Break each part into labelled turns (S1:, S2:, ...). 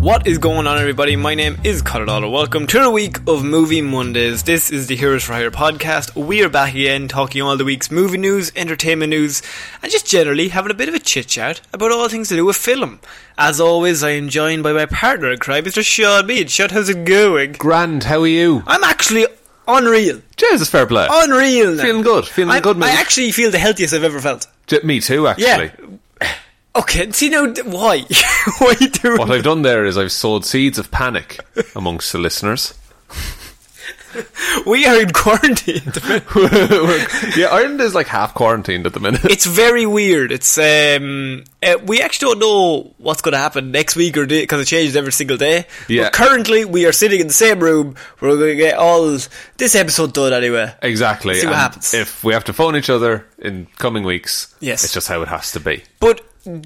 S1: What is going on, everybody? My name is Colorado. Welcome to the week of Movie Mondays. This is the Heroes for Hire podcast. We are back again talking all the week's movie news, entertainment news, and just generally having a bit of a chit chat about all things to do with film. As always, I am joined by my partner in crime, Mr. Sean Mead. Sean, how's it going?
S2: Grand, how are you?
S1: I'm actually unreal.
S2: Jesus, fair play.
S1: Unreal. now.
S2: Uh, Feeling good, feeling
S1: I'm-
S2: good, mate.
S1: I actually feel the healthiest I've ever felt.
S2: J- Me too, actually.
S1: Okay, see now, d- why? why do
S2: What I've done there is I've sowed seeds of panic amongst the listeners.
S1: we are in quarantine?
S2: yeah, Ireland is like half quarantined at the minute.
S1: it's very weird. It's um, uh, we actually don't know what's going to happen next week or because it changes every single day.
S2: Yeah.
S1: But currently, we are sitting in the same room. We're going to get all this episode done anyway.
S2: exactly.
S1: See what
S2: and
S1: happens.
S2: If we have to phone each other in coming weeks,
S1: Yes.
S2: it's just how it has to be.
S1: But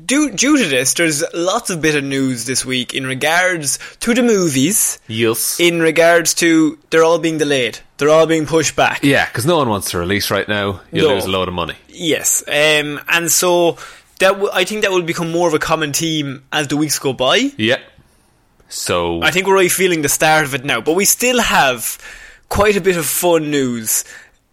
S1: due due to this, there's lots of bit of news this week in regards to the movies.
S2: Yes.
S1: In regards to they're all being delayed. They're all being pushed back.
S2: yeah, because no one wants to release right now. You
S1: No.
S2: lose a load of money.
S1: Yes, um, and so that w- I think that will become more of a common theme as the weeks go by.
S2: Yeah. So
S1: I think we're already feeling the start of it now, but we still have quite a bit of fun news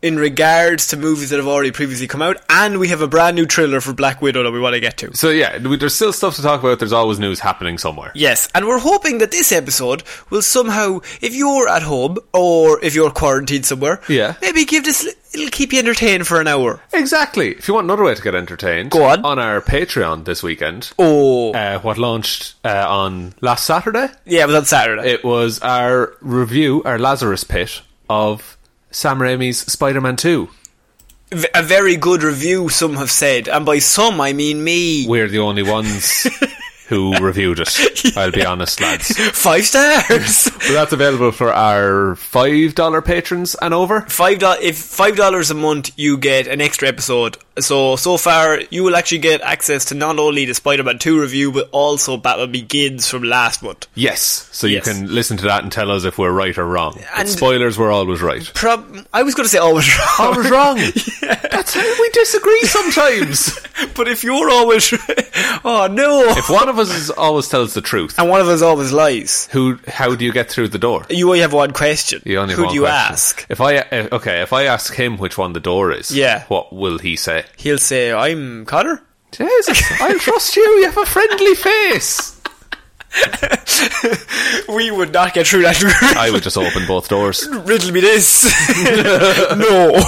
S1: in regards to movies that have already previously come out, and we have a brand new trailer for Black Widow that we want to get to.
S2: so yeah, we- there's still stuff to talk about. There's always news happening somewhere.
S1: Yes, and we're hoping that this episode will somehow, if you're at home or if you're quarantined somewhere,
S2: Yeah.
S1: maybe give this. It'll keep you entertained for an hour.
S2: Exactly. If you want another way to get entertained,
S1: Go on.
S2: on our Patreon this weekend.
S1: Oh,
S2: uh, what launched uh, on last Saturday.
S1: yeah, it was on Saturday.
S2: It was our review, our Lazarus Pit of Sam Raimi's Spider-Man Two.
S1: V- a very good review, some have said, and by some I mean me.
S2: We're the only ones who reviewed it. I'll be honest, lads.
S1: Five stars.
S2: But that's available for our five dollar patrons and over.
S1: five dollars if five dollars a month you get an extra episode so so far you will actually get access to not only the spider-man 2 review but also batman begins from last month
S2: Yes, so you
S1: Yes.
S2: can listen to that and tell us if we're right or wrong.
S1: And-
S2: but spoilers were always right.
S1: Prob- i was going to say always wrong
S2: Always wrong. That's how we disagree sometimes.
S1: but if you're always oh no
S2: if one of us is, always tells the truth,
S1: and one of us always lies
S2: who? How do you get through the door?
S1: you only have one question
S2: You only have
S1: who
S2: one
S1: do you
S2: question.
S1: ask
S2: If I uh, okay, if I ask him which one the door is,
S1: Yeah.
S2: what will he say?
S1: he'll say i'm connor
S2: Jesus, I trust you. You have a friendly face.
S1: we would not get through that
S2: I would just open both doors,
S1: riddle me this no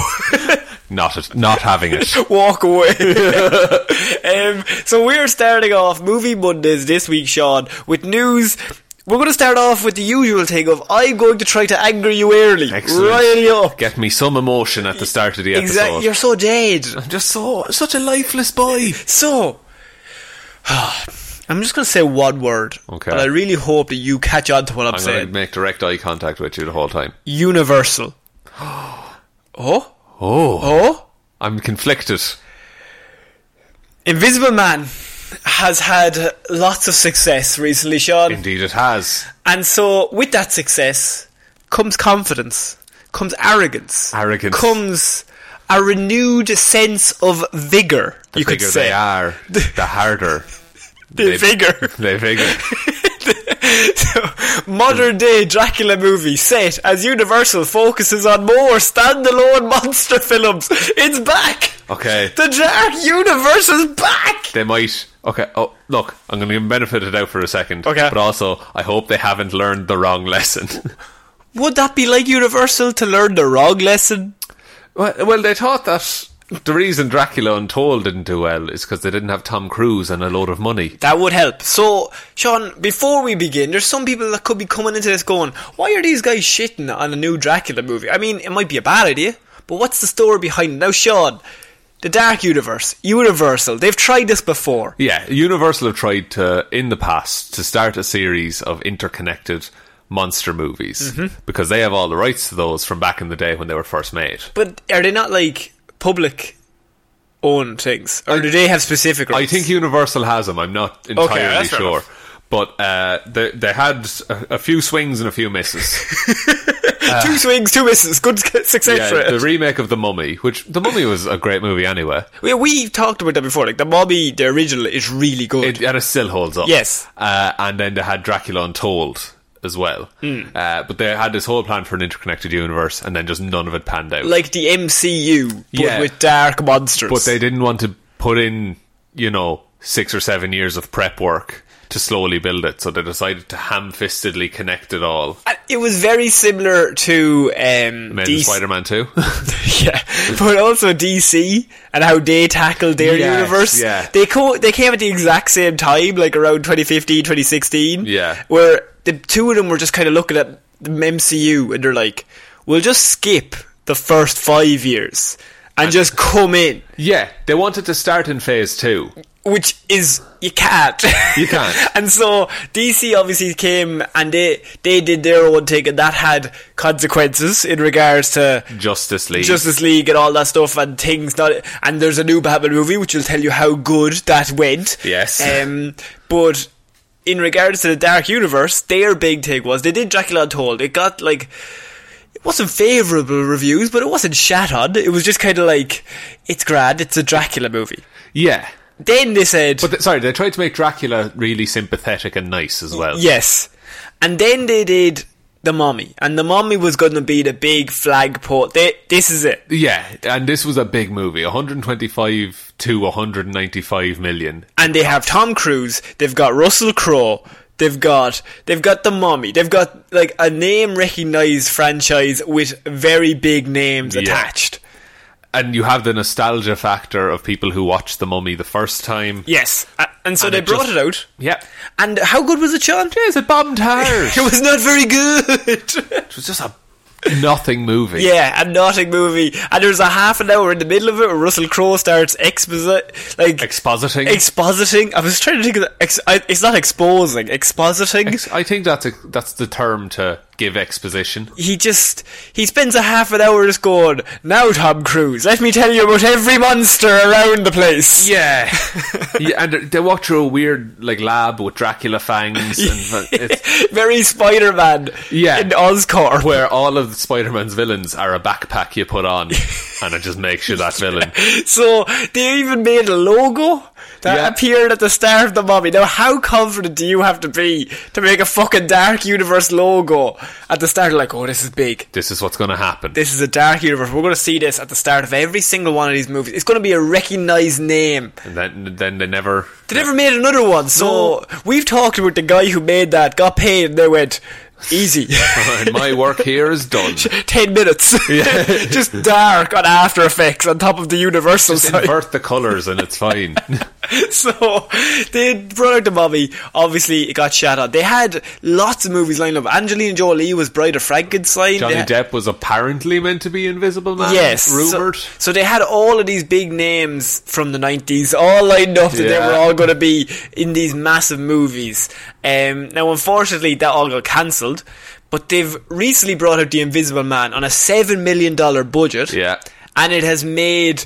S2: not it, not having it.
S1: walk away. um, so we're starting off Movie Mondays this week, Sean, with news. We're going to start off with the usual thing of I'm going to try to anger you early,
S2: Excellent.
S1: rile you up.
S2: Get me some emotion at the start of the episode.
S1: Exactly, you're so dead.
S2: just so such a lifeless boy.
S1: So, I'm just going to say one word,
S2: Okay.
S1: and I really hope that you catch on to what I'm,
S2: I'm going
S1: saying.
S2: to make direct eye contact with you the whole time.
S1: Universal. oh,
S2: Oh,
S1: oh.
S2: I'm I'm conflicted.
S1: Invisible Man has had lots of success recently, Sean.
S2: Indeed, it has.
S1: And so, with that success comes confidence, comes arrogance,
S2: Arrogance.
S1: comes a renewed sense of vigor.
S2: The
S1: you
S2: bigger
S1: could say
S2: they are, the harder.
S1: The vigor.
S2: They bigger.
S1: Modern day Dracula movie set as Universal focuses on more standalone monster films. It's back.
S2: Okay.
S1: The Dark Universe is back.
S2: They might. Okay. Oh, look. I'm going to benefit it out for a second.
S1: Okay.
S2: But also, I hope they haven't learned the wrong lesson.
S1: Would that be like Universal to learn the wrong lesson?
S2: well, well, they thought that the reason Dracula Untold didn't do well is because they didn't have Tom Cruise and a load of money.
S1: That would help. So, Sean, before we begin, there's some people that could be coming into this going, why are these guys shitting on a new Dracula movie? I mean, it might be a bad idea, but what's the story behind it? Now, Sean, the Dark Universe, Universal, they've tried this before.
S2: Yeah, Universal have tried to, in the past, to start a series of interconnected monster movies because they have all the rights to those from back in the day when they were first made.
S1: But are they not like public owned things? Or do they have specific
S2: I
S1: rights?
S2: think Universal has them. I'm not entirely
S1: that's fair
S2: sure. But uh, they, they had a, a few swings and a few misses.
S1: two swings, two misses, good success
S2: yeah, the
S1: rate.
S2: remake of The Mummy, which The Mummy was a great movie anyway,
S1: we, we talked about that before. Like, the Mummy, the original, is really good.
S2: it, and it still holds up.
S1: Yes.
S2: Uh, and then they had Dracula Untold as well.
S1: Hmm.
S2: Uh, but they had this whole plan for an interconnected universe, and then just none of it panned out.
S1: like the MCU, but
S2: Yeah.
S1: with dark monsters.
S2: but they didn't want to put in, you know, six or seven years of prep work to slowly build it, so they decided to ham-fistedly connect it all.
S1: And It was very similar to um,
S2: Men
S1: DC,
S2: Spider-Man 2.
S1: yeah, but also DC and how they tackled their
S2: Yes,
S1: universe.
S2: yeah.
S1: They co- they came at the exact same time, like around 2015, 2016.
S2: Yeah.
S1: where the two of them were just kind of looking at the MCU and they're like, "We'll just skip the first five years and, just come in,"
S2: yeah, they wanted to start in Phase 2.
S1: which is you can't.
S2: You can't.
S1: and so DC obviously came and they they did their own thing, and that had consequences in regards to
S2: Justice League.
S1: Justice League and all that stuff and things not and there's a new Batman movie which will tell you how good that went.
S2: Yes.
S1: Um but in regards to the Dark Universe, their big thing was they did Dracula Untold. It got like it wasn't favourable reviews, but it wasn't shat on. It was just kinda like it's grand, it's a Dracula movie.
S2: yeah.
S1: Then they said
S2: But th- sorry, they tried to make Dracula really sympathetic and nice as well.
S1: Yes. And then they did The Mummy. And the Mummy was gonna be the big flag port. They, this is it.
S2: Yeah, and this was a big movie, 125 to 195 million.
S1: and they have Tom Cruise, they've got Russell Crowe, they've got they've got the Mummy, they've got like a name recognized franchise with very big names
S2: Yeah.
S1: attached.
S2: And you have the nostalgia factor of people who watched The Mummy the first time.
S1: Yes, A- and so
S2: And
S1: they
S2: it
S1: brought
S2: just-
S1: it out.
S2: Yeah.
S1: And how good was it, Sean?
S2: Yes, it bombed hard.
S1: It was not very good.
S2: it was just a nothing movie.
S1: yeah, a Notting movie, and there's a half an hour in the middle of it where Russell Crowe starts exposi- like
S2: Expositing.
S1: expositing. I was trying to think of the, ex- I, it's not exposing, expositing.
S2: Ex- I think that's a, that's the term to give exposition.
S1: he just he spends a half an hour just going now tom cruise let me tell you about every monster around the place
S2: Yeah. yeah and they- they walk through a weird like lab with Dracula fangs and it's,
S1: very spider-man
S2: Yeah.
S1: in oscorp
S2: where all of Spider-Man's villains are a backpack you put on, and it just makes you that villain.
S1: so they even made a logo that
S2: Yeah.
S1: appeared at the start of the mummy now how confident do you have to be to make a fucking dark universe logo at the start like oh this is big
S2: This is what's going to happen.
S1: this is a dark universe. We're going to see this at the start of every single one of these movies. It's going to be a recognized name.
S2: and then, then they never.
S1: They never made another one, so we've talked about the guy who made that, got paid, and they went, easy.
S2: and my work here is done.
S1: 10 minutes. Just dark on After Effects on top of the Universal
S2: Just
S1: side.
S2: invert the colours and it's fine.
S1: So they brought out the mummy. Obviously, it got shot on. They had lots of movies lined up. Angelina Jolie was Bride of Frankenstein.
S2: Johnny
S1: They-
S2: Depp was apparently meant to be Invisible Man.
S1: Yes, so-
S2: rumored.
S1: So, they had all of these big names from the nineties all lined up that they were
S2: Yeah.
S1: all going to be in these massive movies. Um, now, unfortunately, that all got cancelled. But they've recently brought out the Invisible Man on a seven million dollar budget.
S2: Yeah.
S1: and it has made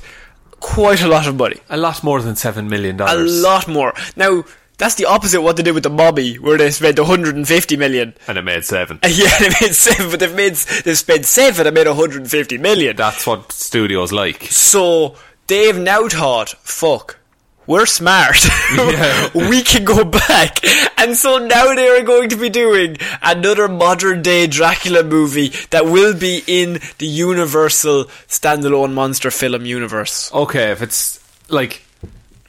S1: quite a lot of money.
S2: A lot more than seven million
S1: A
S2: dollars.
S1: lot more. Now, that's the opposite of what they did with the Mummy, where they spent 150 million.
S2: and it made seven.
S1: Yeah, they made seven, but they've made they've spent seven and made 150 million.
S2: That's what studios like.
S1: So they've now thought, fuck, we're smart.
S2: Yeah.
S1: we can go back. And so now they are going to be doing another modern day Dracula movie that will be in the Universal standalone monster film universe.
S2: Okay, if it's like,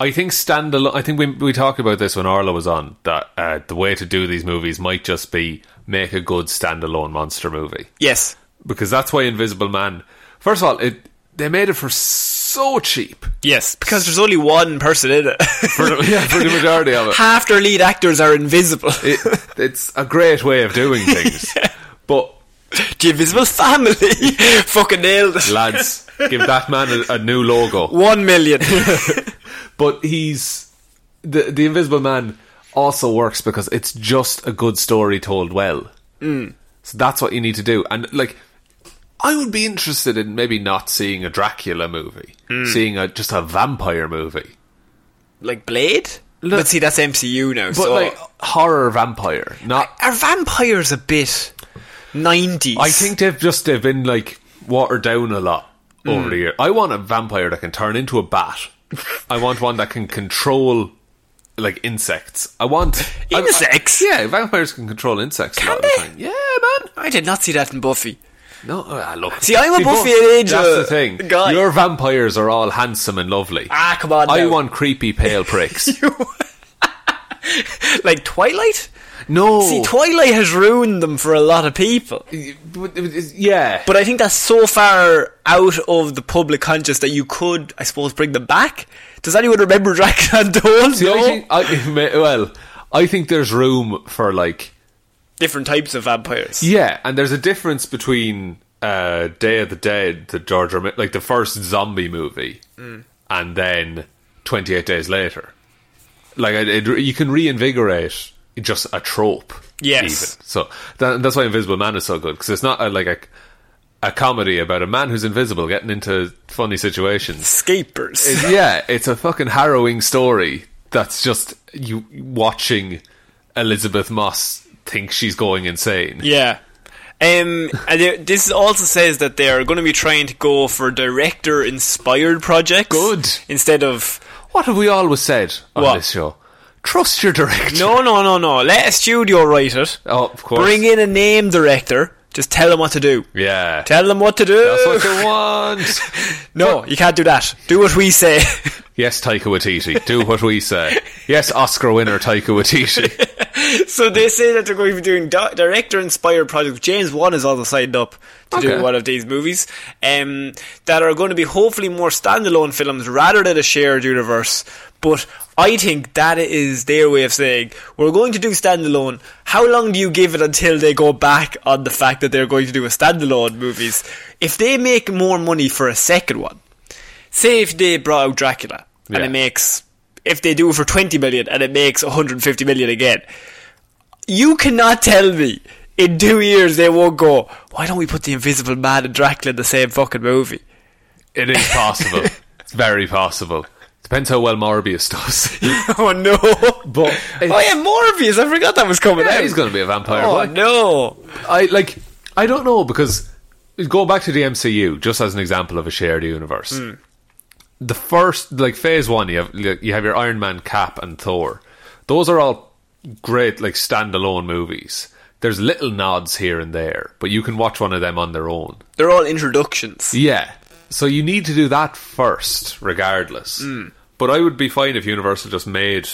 S2: I think standalone. I think we we talked about this when Arlo was on that uh, the way to do these movies might just be make a good standalone monster movie.
S1: Yes.
S2: because that's why Invisible Man. First of all, it they made it for so cheap
S1: Yes. Because there's only one person in it.
S2: for the, yeah, for the majority of it.
S1: Half their lead actors are invisible.
S2: it. It's a great way of doing things, but
S1: the Invisible Family fucking nailed it.
S2: lads, give that man a, a new logo.
S1: One million.
S2: But he's the the Invisible Man also works because it's just a good story told well. So that's what you need to do, and like. I would be interested in maybe not seeing a Dracula movie, seeing a just a vampire movie.
S1: like Blade? but see, that's MCU now.
S2: But
S1: so
S2: like horror vampire, not
S1: are vampires a bit nineties?
S2: I think they've just they've been like watered down a lot
S1: Mm.
S2: over the year. I want a vampire that can turn into a bat. I want one that can control like insects. I want I- I-
S1: Insects?
S2: yeah, vampires can control insects. a
S1: Can
S2: lot of the
S1: they?
S2: time. Yeah, man.
S1: I did not see that in Buffy.
S2: No, uh, look.
S1: See, I'm a Buffy
S2: Buff-
S1: and Angel
S2: That's the thing.
S1: guy.
S2: Your vampires are all handsome and lovely.
S1: Ah, come on!
S2: I
S1: now.
S2: want creepy pale pricks.
S1: like Twilight.
S2: no,
S1: See, Twilight has ruined them for a lot of people.
S2: But- yeah,
S1: But I think that's so far out of the public conscious that you could, I suppose, bring them back. Does anyone remember Dracula and Dawn?
S2: See, I
S1: No?
S2: think, I, well, I think there's room for like
S1: Different types of vampires.
S2: Yeah, and there's a difference between uh, Day of the Dead, the George Romero, like the first zombie movie, and then 28 days later. Like it, it, you can reinvigorate just a trope.
S1: Yes.
S2: even. So that, that's why Invisible Man is so good because it's not a, like a a comedy about a man who's invisible getting into funny situations.
S1: Escapers.
S2: It- yeah, it's a fucking harrowing story that's just you watching Elizabeth Moss think she's going insane.
S1: Yeah. Um, and there- this also says that they are going to be trying to go for director-inspired projects.
S2: Good.
S1: Instead of
S2: What have we always said on
S1: What?
S2: this show? Trust your director.
S1: no, no, no, no. Let a studio write it.
S2: Oh, of course.
S1: Bring in a name director. Just tell them what to do.
S2: Yeah.
S1: Tell them what to do.
S2: That's what you want.
S1: no, you can't do that. Do what we say.
S2: yes, Taika Waititi. Do what we say. Yes, Oscar winner Taika Waititi.
S1: so they say that they're going to be doing di- director-inspired projects. James Wan is also signed up to
S2: Okay.
S1: do one of these movies um, that are going to be hopefully more standalone films rather than a shared universe. But I think that is their way of saying we're going to do standalone. How long do you give it until they go back on the fact that they're going to do a standalone movies? If they make more money for a second one, say if they brought out Dracula and
S2: Yeah.
S1: it makes if they do it for 20 million and it makes 150 million again you cannot tell me in two years they won't go why don't we put the invisible man and Dracula in the same fucking movie
S2: it is possible. It's very possible. Depends how well Morbius does.
S1: oh no
S2: But
S1: oh yeah Morbius I forgot that was coming out
S2: he's going to be a vampire.
S1: oh
S2: boy.
S1: no
S2: I like I don't know because going back to the MCU just as an example of a shared universe. The first like phase 1 you have you have your Iron Man, Cap and Thor. Those are all great like standalone movies. There's little nods here and there, but you can watch one of them on their own.
S1: they're all introductions
S2: Yeah. So you need to do that first regardless. But I would be fine if Universal just made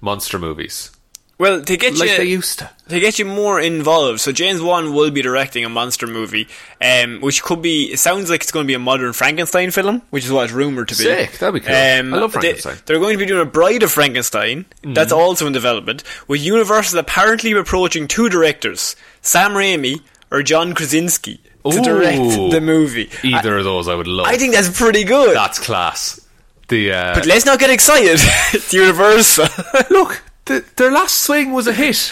S2: monster movies
S1: well to get
S2: like
S1: you
S2: they used to.
S1: to get you more involved, so James Wan will be directing a monster movie, um, which could be. It sounds like it's going to be a modern Frankenstein film, which is what it's rumored to be. Um,
S2: Sick, that'd be cool. I love Frankenstein. Mm-hmm.
S1: They, are going to be doing a Bride of Frankenstein. That's also in development, with Universal apparently approaching two directors, Sam Raimi or John Krasinski, to
S2: Ooh.
S1: direct the movie.
S2: Either of those I would love.
S1: I, I think that's pretty good.
S2: That's class. The uh,
S1: but let's not get excited. it's Universal.
S2: look, the, their last swing was a hit.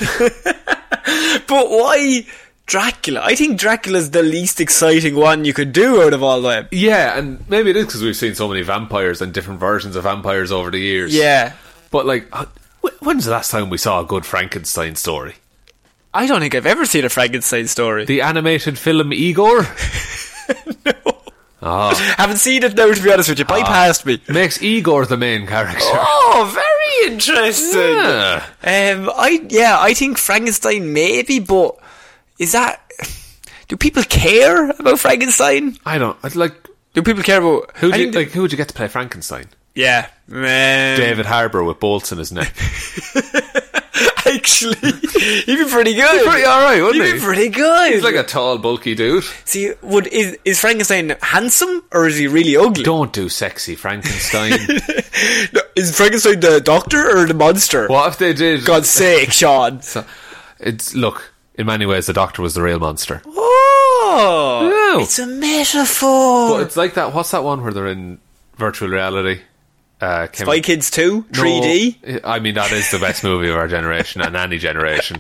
S1: But why Dracula. I think Dracula's the least exciting one you could do out of all them.
S2: Yeah, and maybe it is because we've seen so many vampires and different versions of vampires over the years.
S1: Yeah.
S2: But, like, uh, wh- when's the last time we saw a good Frankenstein story?
S1: I don't think I've ever seen a Frankenstein story.
S2: The animated film Igor
S1: Haven't seen it now, to be honest with you. Bypassed me.
S2: makes Igor the main character.
S1: Ah. Oh, very interesting.
S2: Yeah.
S1: Um, I yeah, I think Frankenstein maybe, but is that do people care about Frankenstein?
S2: I don't I'd like.
S1: Do people care about
S2: Who
S1: I
S2: do you,
S1: think
S2: like? Who would you get to play Frankenstein?
S1: the- yeah, um,
S2: David Harbour with bolts in his neck.
S1: Actually, he'd be pretty good.
S2: pretty alright, wouldn't
S1: He'd be
S2: he?
S1: pretty good.
S2: He's like a tall, bulky dude.
S1: See, would is is Frankenstein handsome or is he really ugly?
S2: Don't do sexy Frankenstein.
S1: No, is Frankenstein the doctor or the monster?
S2: what if they did?
S1: God's sake, Sean.
S2: it's look. In many ways, the Doctor was the real monster.
S1: Oh,
S2: No.
S1: it's a metaphor.
S2: But it's like that. What's that one where they're in virtual reality? Uh, came
S1: Spy Kids 2,
S2: No,
S1: 3D.
S2: I mean, that is the best movie of our generation and any generation.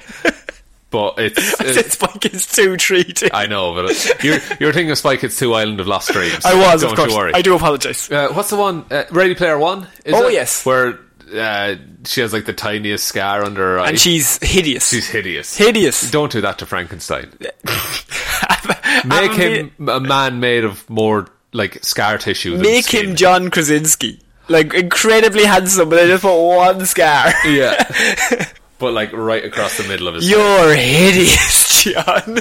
S2: But it's.
S1: I
S2: it-
S1: said Spy Kids 2, 3D. I,
S2: Uh, I know, but it- you're, you're thinking of Spy Kids 2 Island of Lost Dreams.
S1: was,
S2: Don't
S1: of course.
S2: you worry.
S1: I do apologise.
S2: Uh, what's the one? Uh, Ready Player One? Is
S1: Oh,
S2: it?
S1: yes.
S2: Where uh, she has like the tiniest scar under her eye.
S1: And she's hideous.
S2: Uh, She's hideous.
S1: hideous.
S2: Don't do that to Frankenstein. Make
S1: Make
S2: him a man made of more like scar tissue. Than
S1: Make
S2: skin.
S1: him John Krasinski. Like, incredibly handsome, but I just put one scar.
S2: Yeah. But like right across the middle of his.
S1: You're hideous, John.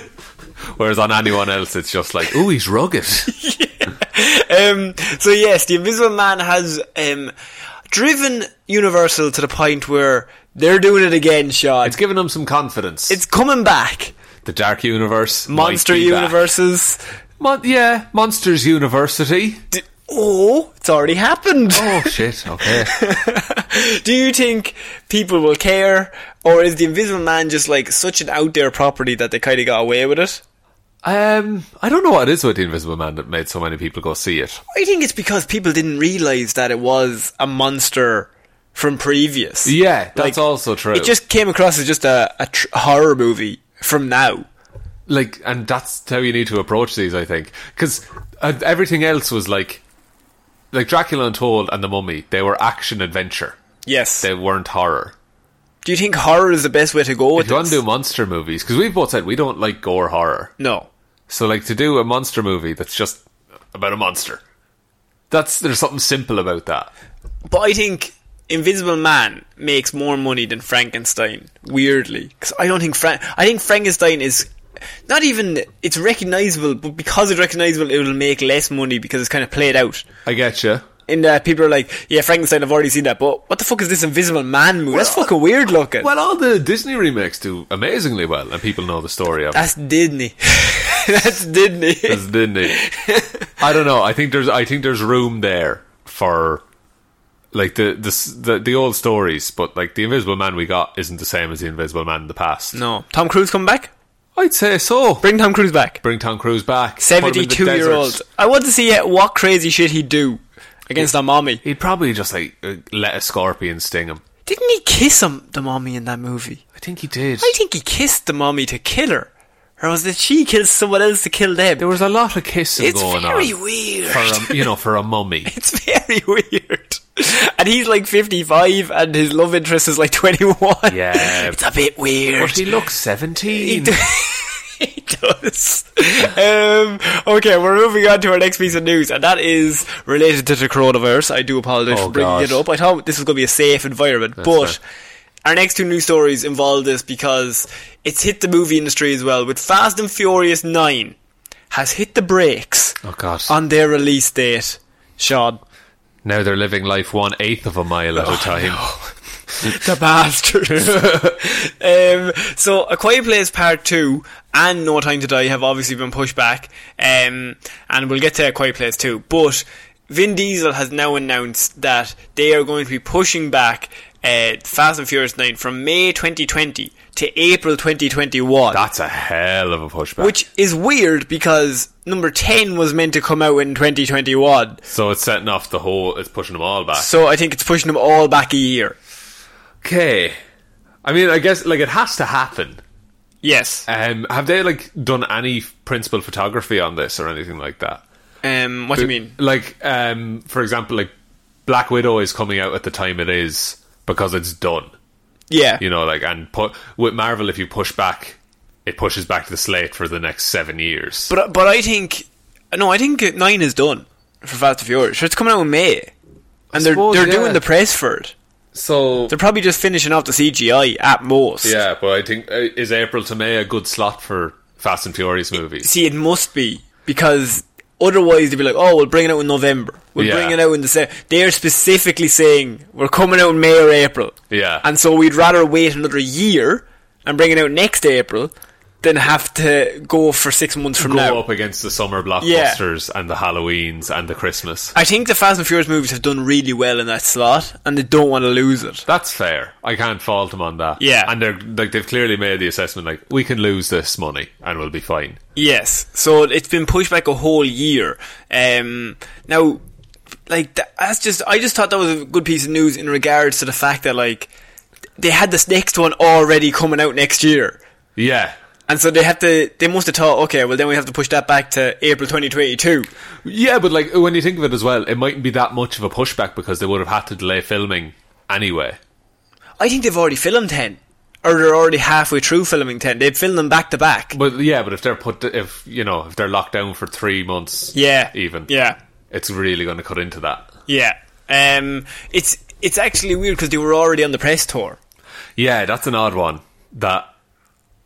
S2: Whereas on anyone else, it's just like, ooh, he's rugged.
S1: Um, so yes, the Invisible Man has um, driven Universal to the point where they're doing it again, Sean.
S2: it's giving him some confidence.
S1: It's coming back.
S2: the Dark Universe, might
S1: Monster
S2: be back.
S1: universes.
S2: Mon- yeah, Monsters University.
S1: D- oh, it's already happened.
S2: Oh shit! Okay.
S1: Do you think people will care, or is the Invisible Man just like such an out there property that they kind of got away with it?
S2: Um, I don't know what it is with the Invisible Man that made so many people go see it.
S1: I think it's because people didn't realize that it was a monster from previous.
S2: Yeah, that's
S1: Like,
S2: also true.
S1: It just came across as just a, a tr- horror movie from now.
S2: like, and that's how you need to approach these, I think, because uh, everything else was like, like Dracula Untold and The Mummy. They were action adventure.
S1: Yes.
S2: They weren't horror.
S1: Do you think horror is the best way to go with
S2: If you want
S1: this?
S2: to do monster movies, because we've both said we don't like gore horror,
S1: no.
S2: so like to do a monster movie that's just about a monster. That's there's something simple about that.
S1: But I think Invisible Man makes more money than Frankenstein. Weirdly, because I don't think Frank. I think Frankenstein is not even. It's recognizable, but because it's recognizable, it will make less money because it's kind of played out.
S2: I get you.
S1: In that people are like, yeah, Frankenstein. I've already seen that, but what the fuck is this Invisible Man movie? That's fucking weird looking.
S2: Well, all the Disney remakes do amazingly well, and people know the story of. it.
S1: That's Disney. That's Disney.
S2: Yes, didn't he? I don't know. I think there's I think there's room there for like the the s- the, the old stories, but like the Invisible Man we got isn't the same as the Invisible Man in the past.
S1: No, Tom Cruise come back.
S2: I'd say so.
S1: Bring Tom Cruise back.
S2: Bring Tom Cruise back. Put him in the
S1: Seventy-two year old.
S2: desert.
S1: I want to see uh, what crazy shit he'd do against the mommy.
S2: He'd probably just like uh, let a scorpion sting him.
S1: Didn't he kiss him, the mommy, in that movie?
S2: I think he did.
S1: I think he kissed the mommy to kill her, or was it she killed someone else to kill
S2: there
S1: them?
S2: was a lot of kissing
S1: It's
S2: going
S1: very
S2: on
S1: weird.
S2: for a, you know for a mummy.
S1: it's very weird. And he's like fifty-five, and his love interest is like twenty-one.
S2: Yeah.
S1: it's a bit weird.
S2: But he looks
S1: He
S2: seventeen.
S1: do- he does. Um, okay, we're moving on to our next piece of news, and that is related to the coronavirus. I do apologize
S2: Oh,
S1: for bringing
S2: God.
S1: it up. I thought this was going to be a safe environment, but our next two news stories involve this because it's hit the movie industry as well. With Fast and Furious 9 has hit the brakes
S2: Oh god!
S1: on their release date. Sean,
S2: now they're living life one eighth of a mile
S1: Oh,
S2: at a time.
S1: the bastards. um, so, A Quiet Place Part 2 and No Time to Die have obviously been pushed back, um, and we'll get to A Quiet Place 2. But Vin Diesel has now announced that they are going to be pushing back uh, Fast and Furious 9 from May 2020 to April 2021.
S2: That's a hell of a pushback.
S1: which is weird because number 10 was meant to come out in 2021.
S2: So it's setting off the whole. It's pushing them all back.
S1: So I think it's pushing them all back a year.
S2: Okay. I mean, I guess like it has to happen.
S1: Yes.
S2: Um, have they like done any principal photography on this or anything like that?
S1: Um, what do you mean?
S2: Like, um, for example, like Black Widow is coming out at the time it is because it's done.
S1: Yeah.
S2: You know, like and put with Marvel, if you push back, it pushes back the slate for the next seven years.
S1: But but I think no, I think nine is done for Fast and Furious. Sure, it's coming out in May, and they're
S2: suppose,
S1: they're
S2: yeah.
S1: doing the press for it.
S2: so
S1: They're probably just finishing off the CGI at most.
S2: yeah, but I think uh, is April to May a good slot for Fast and Furious movies?
S1: See, it must be because otherwise they'd be like, "Oh, we'll bring it out in November. We'll
S2: Yeah.
S1: bring it out in December." They're specifically saying we're coming out in May or April.
S2: Yeah.
S1: and so we'd rather wait another year and bring it out next April than have to go for six months from
S2: Go
S1: now.
S2: up against the summer
S1: Yeah.
S2: blockbusters and the Halloweens and the Christmas.
S1: I think the Fast and Furious movies have done really well in that slot, and they don't want to lose it.
S2: That's fair. I can't fault them on that.
S1: Yeah.
S2: and they're like they've clearly made the assessment like we can lose this money and we'll be fine.
S1: Yes, so it's been pushed back a whole year. Um, now, like tha- that's just I just thought that was a good piece of news in regards to the fact that like they had this next one already coming out next year,
S2: Yeah,
S1: and so they have to they must have thought, okay, well then we have to push that back to April 2022.
S2: yeah, but like when you think of it as well, it mightn't be that much of a pushback because they would have had to delay filming anyway.
S1: I think they've already filmed ten, or they're already halfway through filming ten. They've filmed them back to back.
S2: But yeah, but if they're put, if you know, if they're locked down for three months,
S1: Yeah,
S2: even,
S1: yeah.
S2: it's really going to cut into that.
S1: Yeah. Um, it's it's actually weird because they were already on the press tour.
S2: Yeah, that's an odd one. That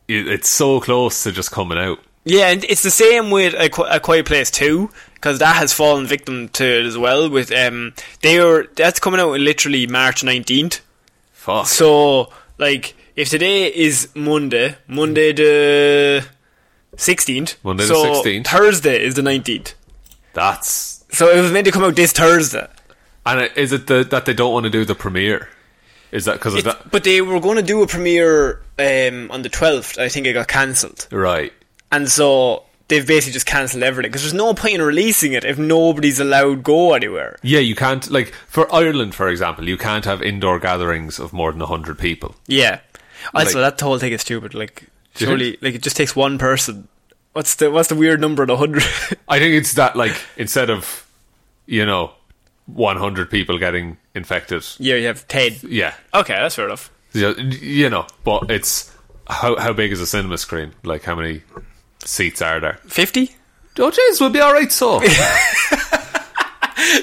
S2: it, it's so close to just coming out.
S1: Yeah, and it's the same with a, Qui- a Quiet Place Two because that has fallen victim to it as well. With um, they are that's coming out in literally March nineteenth.
S2: Fuck.
S1: So like, if today is Monday, Monday the sixteenth,
S2: Monday the 16th.
S1: Thursday is the nineteenth.
S2: that's
S1: So it was meant to come out this Thursday.
S2: and it- is it the, that they don't want to do the premiere? Is that because of
S1: It's-
S2: that?
S1: but they were going to do a premiere um, on the twelfth. I think it got cancelled.
S2: Right.
S1: and so they've basically just cancelled everything because there's no point in releasing it if nobody's allowed go anywhere.
S2: Yeah, you can't like for Ireland, for example, you can't have indoor gatherings of more than hundred people.
S1: Yeah. Also,
S2: Like-
S1: that whole thing is stupid. Like,
S2: you think?
S1: surely, like it just takes one person. What's the what's the weird number at hundred?
S2: I think it's that like instead of you know one hundred people getting infected,
S1: yeah, you have ten.
S2: yeah,
S1: Okay, that's fair enough.
S2: you you know, but it's how how big is a cinema screen? Like how many seats are there?
S1: Fifty.
S2: Oh, jeez, we'll be all right. So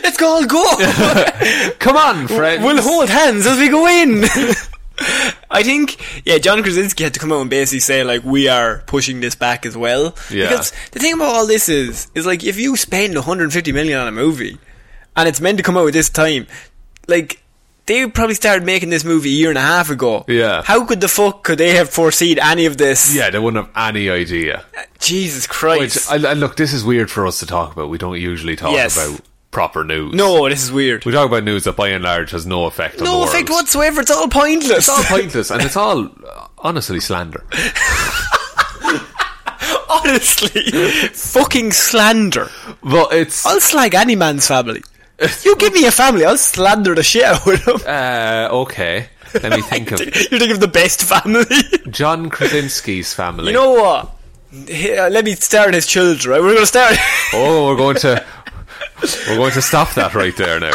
S1: Let's go all go.
S2: come on, friends.
S1: we'll hold hands as we go in. I think, yeah, John Krasinski had to come out and basically say, like, we are pushing this back as well.
S2: Yeah.
S1: Because the thing about all this is, is like, if you spend 150 million on a movie, and it's meant to come out at this time, like, they probably started making this movie a year and a half ago.
S2: Yeah.
S1: How could the fuck could they have foreseen any of this?
S2: yeah, they wouldn't have any idea.
S1: Jesus Christ.
S2: Which, I, I- look, this is weird for us to talk about. We don't usually talk
S1: Yes.
S2: about proper news.
S1: no, this is weird.
S2: we talk about news that by and large has no effect on the
S1: No
S2: world.
S1: effect whatsoever. It's all pointless.
S2: It's all pointless, and it's all uh, honestly slander.
S1: Honestly, fucking slander.
S2: But it's
S1: I'll slag any man's family. You give me a family, I'll slander the shit out of them.
S2: uh, okay. Let me think of
S1: You're thinking of the best family.
S2: John Krasinski's family.
S1: you know what? Here, uh, let me start his children. Right? We're going to start.
S2: oh, we're going to we're going to stop that right there now.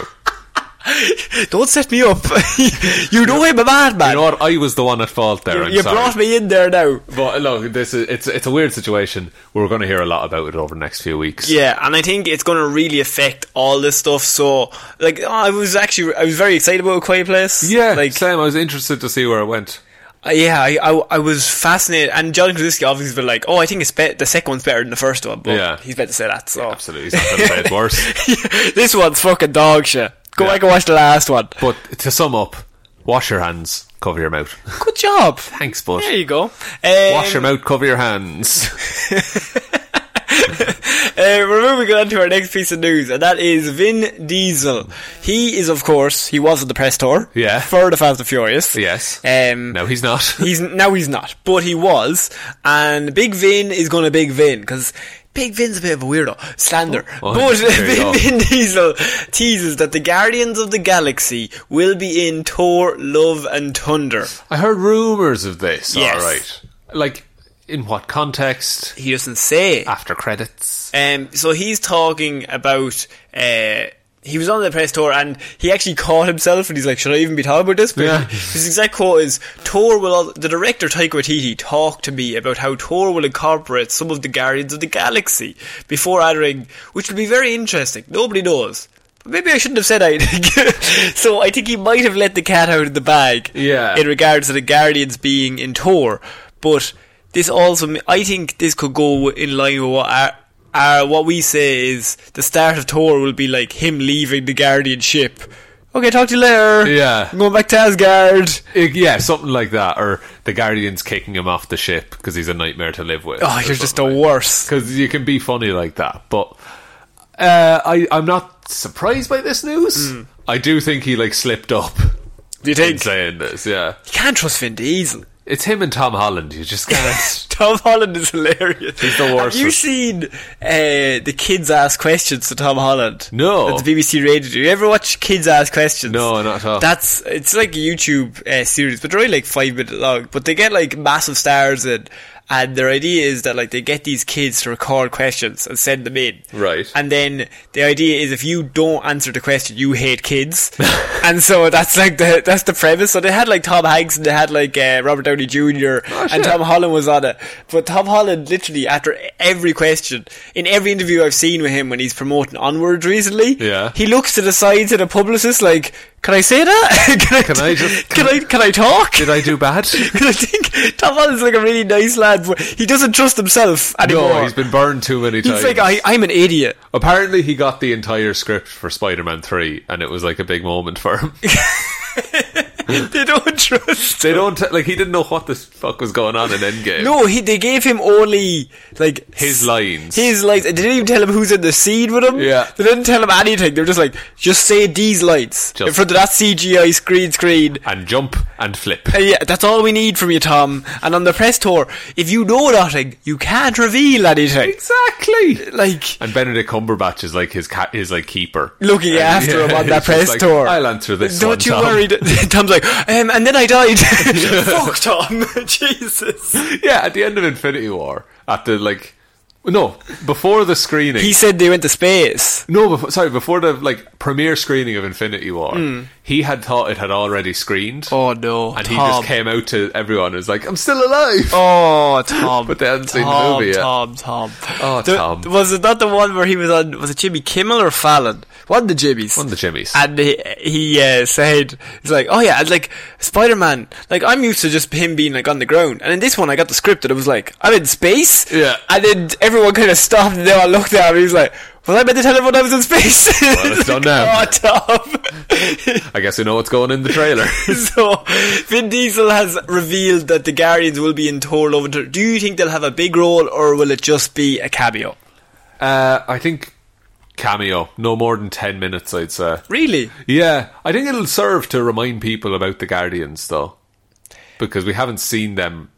S1: Don't set me up. you know I'm a madman.
S2: You know what? I was the one at fault there.
S1: You-
S2: I'm
S1: you
S2: sorry.
S1: brought me in there now.
S2: But look, this is it's it's a weird situation. We're going to hear a lot about it over the next few weeks.
S1: Yeah, and I think it's going to really affect all this stuff. So, like, oh, I was actually, I was very excited about A Quiet Place.
S2: Yeah,
S1: like,
S2: Sam, I was interested to see where it went.
S1: Uh, yeah, I, I, I was fascinated, and John Krasinski obviously been like, "Oh, I think it's be- the second one's better than the first one," but
S2: Yeah.
S1: he's about to say that. So
S2: Absolutely, he's not going to say it's worse.
S1: this one's fucking dog shit. Go
S2: Yeah.
S1: back and watch the last one.
S2: But to sum up, wash your hands, cover your mouth.
S1: Good job.
S2: Thanks, bud.
S1: There you go. Um,
S2: Wash your mouth, cover your hands.
S1: Uh, we're moving on to our next piece of news, and that is Vin Diesel. He is, of course, he was at the press tour.
S2: Yeah.
S1: For the Fast and Furious.
S2: Yes.
S1: Um,
S2: No, he's not.
S1: He's now he's not, but he was. And Big Vin is going to Big Vin because Big Vin's a bit of a weirdo, slander.
S2: Oh, oh,
S1: but
S2: there you go.
S1: Vin, Vin Diesel teases that the Guardians of the Galaxy will be in Thor: Love and Thunder.
S2: I heard rumors of this.
S1: Yes.
S2: All right. Like In what context?
S1: He doesn't say.
S2: After credits.
S1: Um, so he's talking about. Uh, he was on the press tour and he actually caught himself and he's like, should I even be talking about this? But
S2: Yeah.
S1: his exact quote is, Tor will, al- the director Taika Waititi talked to me about how Tor will incorporate some of the Guardians of the Galaxy before adding, which will be very interesting. Nobody knows. But maybe I shouldn't have said anything. so I think he might have let the cat out of the bag.
S2: Yeah.
S1: In regards to the Guardians being in Tor. But this also, m- I think this could go in line with what our, our, what we say is the start of Tor will be like him leaving the Guardian ship. Okay, talk to you later.
S2: Yeah.
S1: I'm going back to Asgard.
S2: Uh, yeah, something like that. Or the Guardians kicking him off the ship because he's a nightmare to live with.
S1: Oh, you're just the worst.
S2: Because you can be funny like that. But uh, I, I'm not surprised by this news.
S1: Hmm.
S2: I do think he, like, slipped up
S1: Do you
S2: in
S1: think? You
S2: saying this, yeah.
S1: can't trust Vin Diesel.
S2: It's him and Tom Holland. You just can't.
S1: Tom Holland is hilarious.
S2: He's the worst.
S1: Have you seen uh, the kids ask questions to Tom Holland?
S2: No.
S1: That's BBC Radio. Do you ever watch kids ask questions?
S2: No, not at all.
S1: That's it's like a YouTube uh, series, but they're only like five minutes long. But they get like massive stars and. And their idea is that like they get these kids to record questions and send them in,
S2: Right.
S1: And then the idea is if you don't answer the question, you hate kids, and so that's like the that's the premise. So they had like Tom Hanks and they had like uh, Robert Downey Jr. and
S2: Oh, shit.
S1: Tom Holland was on it. But Tom Holland literally after every question in every interview I've seen with him when he's promoting Onward recently,
S2: Yeah.
S1: he looks to the side to the publicist like, "Can I say that? can,
S2: Can I just-
S1: can I can I talk?"
S2: Did I do bad?
S1: Because I think Tom Holland's like a really nice lad, but he doesn't trust himself anymore.
S2: No, he's been burned too many
S1: He's
S2: times.
S1: like, I, I'm an idiot.
S2: Apparently, he got the entire script for Spider Man 3, and it was like a big moment for him.
S1: They don't trust
S2: they don't, like, he didn't know what the fuck was going on in Endgame.
S1: No, he, they gave him only like
S2: His lines.
S1: His lines. They didn't even tell him who's in the scene with him.
S2: Yeah.
S1: they didn't tell him anything. They were just like, just say these lines in
S2: Just-
S1: front of that CGI screen screen.
S2: and jump and flip.
S1: Uh, yeah, that's all we need from you, Tom. And on the press tour, if you know nothing, you can't reveal anything.
S2: Exactly.
S1: Like
S2: And Benedict Cumberbatch is like his ca- his like keeper.
S1: looking after him on
S2: he's
S1: that
S2: just
S1: press
S2: like,
S1: tour.
S2: I'll answer this
S1: Don't
S2: one,
S1: you
S2: Tom."
S1: worry. Tom's like, um, and then I died. Fuck, Tom. Jesus.
S2: Yeah, at the end of Infinity War, at the like, no, before the screening.
S1: He said they went to space.
S2: no, before, sorry, before the like premiere screening of Infinity War, he had thought it had already screened,
S1: Hmm. Oh no.
S2: and he just came out to everyone and was like, "I'm still alive."
S1: Oh, Tom.
S2: But they hadn't seen the
S1: Tom,
S2: movie yet.
S1: Tom, Tom.
S2: Oh,
S1: The-
S2: Tom.
S1: Was it not the one where he was on, was it Jimmy Kimmel or Fallon? One of the Jimmies.
S2: One of the Jimmies.
S1: And he, he uh, said, he's like, oh yeah, and like, Spider-Man, like, I'm used to just him being like on the ground. And in this one, I got the script and it was like, I'm in space?
S2: Yeah.
S1: And then everyone kind of stopped and they all looked at him and he was like, was I meant to tell everyone I was in space? Well,
S2: it's done now.
S1: Oh, Tom.
S2: I guess we know what's going in the trailer.
S1: so Vin Diesel has revealed that the Guardians will be in Thor Love and Thunder. Do you think they'll have a big role or will it just be a cameo?
S2: uh, I think cameo, no more than ten minutes, I'd say.
S1: Really?
S2: Yeah, I think it'll serve to remind people about the Guardians, though, because we haven't seen them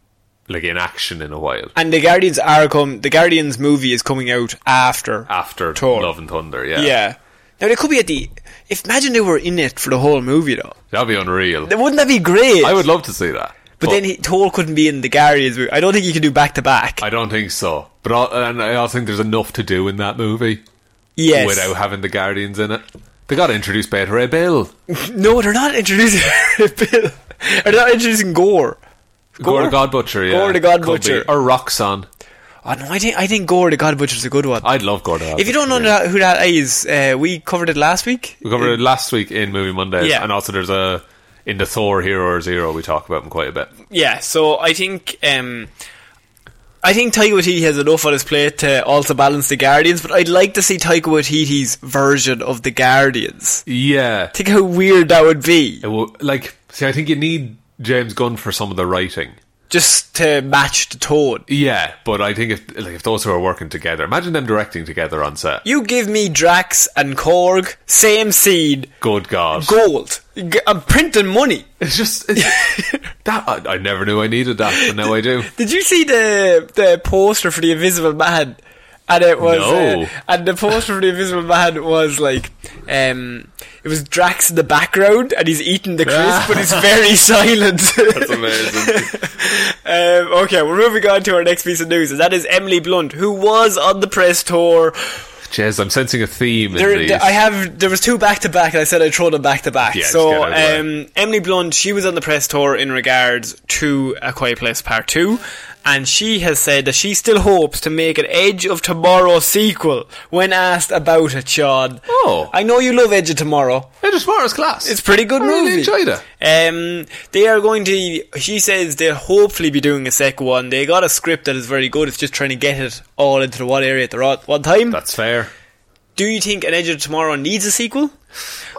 S2: like in action in a while.
S1: And the Guardians are come the Guardians movie is coming out after
S2: After
S1: Thor.
S2: Love and Thunder, yeah,
S1: yeah. Now they could be at the if imagine they were in it for the whole movie though.
S2: that'd be unreal.
S1: Then Wouldn't that be great?
S2: I would love to see that,
S1: but then he, Thor couldn't be in the Guardians movie. I don't think you can do back to back.
S2: I don't think so. But all, and I also think there's enough to do in that movie
S1: Yes.
S2: without having the Guardians in it. They got to introduce Beta Ray Bill.
S1: No, they're not introducing Bill. They're not introducing Gore.
S2: Gore
S1: Gore?
S2: the God Butcher, yeah.
S1: Gore the God
S2: Could be.
S1: Butcher.
S2: Or Roxanne.
S1: Oh, no, I think I think Gore the God Butcher's a good one.
S2: I'd love Gore the God
S1: If you don't know
S2: Butcher, yeah.
S1: that, who that is, uh, we covered it last week.
S2: We covered it last week in Movie Mondays,
S1: Yeah.
S2: and also there's a. In the Thor Hero or Zero, we talk about him quite a bit.
S1: Yeah, so I think um, I think Taika Waititi has enough on his plate to also balance the Guardians, but I'd like to see Taika Waititi's version of the Guardians.
S2: Yeah.
S1: Think how weird that would be,
S2: It will, like, see, I think you need James Gunn for some of the writing.
S1: just to match the tone.
S2: Yeah, but I think if like if those who are working together, imagine them directing together on set.
S1: You give me Drax and Korg, same scene,
S2: Good God,
S1: gold. G- I'm printing money.
S2: it's just it's, that I, I never knew I needed that, but now I do.
S1: Did you see the the poster for the Invisible Man? and it was uh,
S2: No.
S1: and the poster for the Invisible Man was like um, it was Drax in the background and he's eating the crisp, but he's very silent.
S2: That's amazing.
S1: um, okay, we're moving on to our next piece of news, and that is Emily Blunt, who was on the press tour.
S2: Jez, I'm sensing a theme in
S1: There,
S2: these.
S1: th- I have there was two back to back, and I said I'd throw them back to back.
S2: Yeah, just
S1: so
S2: get out of the
S1: um, Emily Blunt, she was on the press tour in regards to A Quiet Place Part Two, and she has said that she still hopes to make an Edge of Tomorrow sequel. When asked about it, Sean,
S2: Oh.
S1: I know you love Edge of Tomorrow.
S2: Edge of Tomorrow's class.
S1: It's a pretty good
S2: I
S1: movie.
S2: really enjoyed it.
S1: Um, they are going to. She says they'll hopefully be doing a second one. They got a script that is very good. It's just trying to get it all into the one area at the ro- one time.
S2: That's fair.
S1: Do you think An Edge of Tomorrow needs a sequel?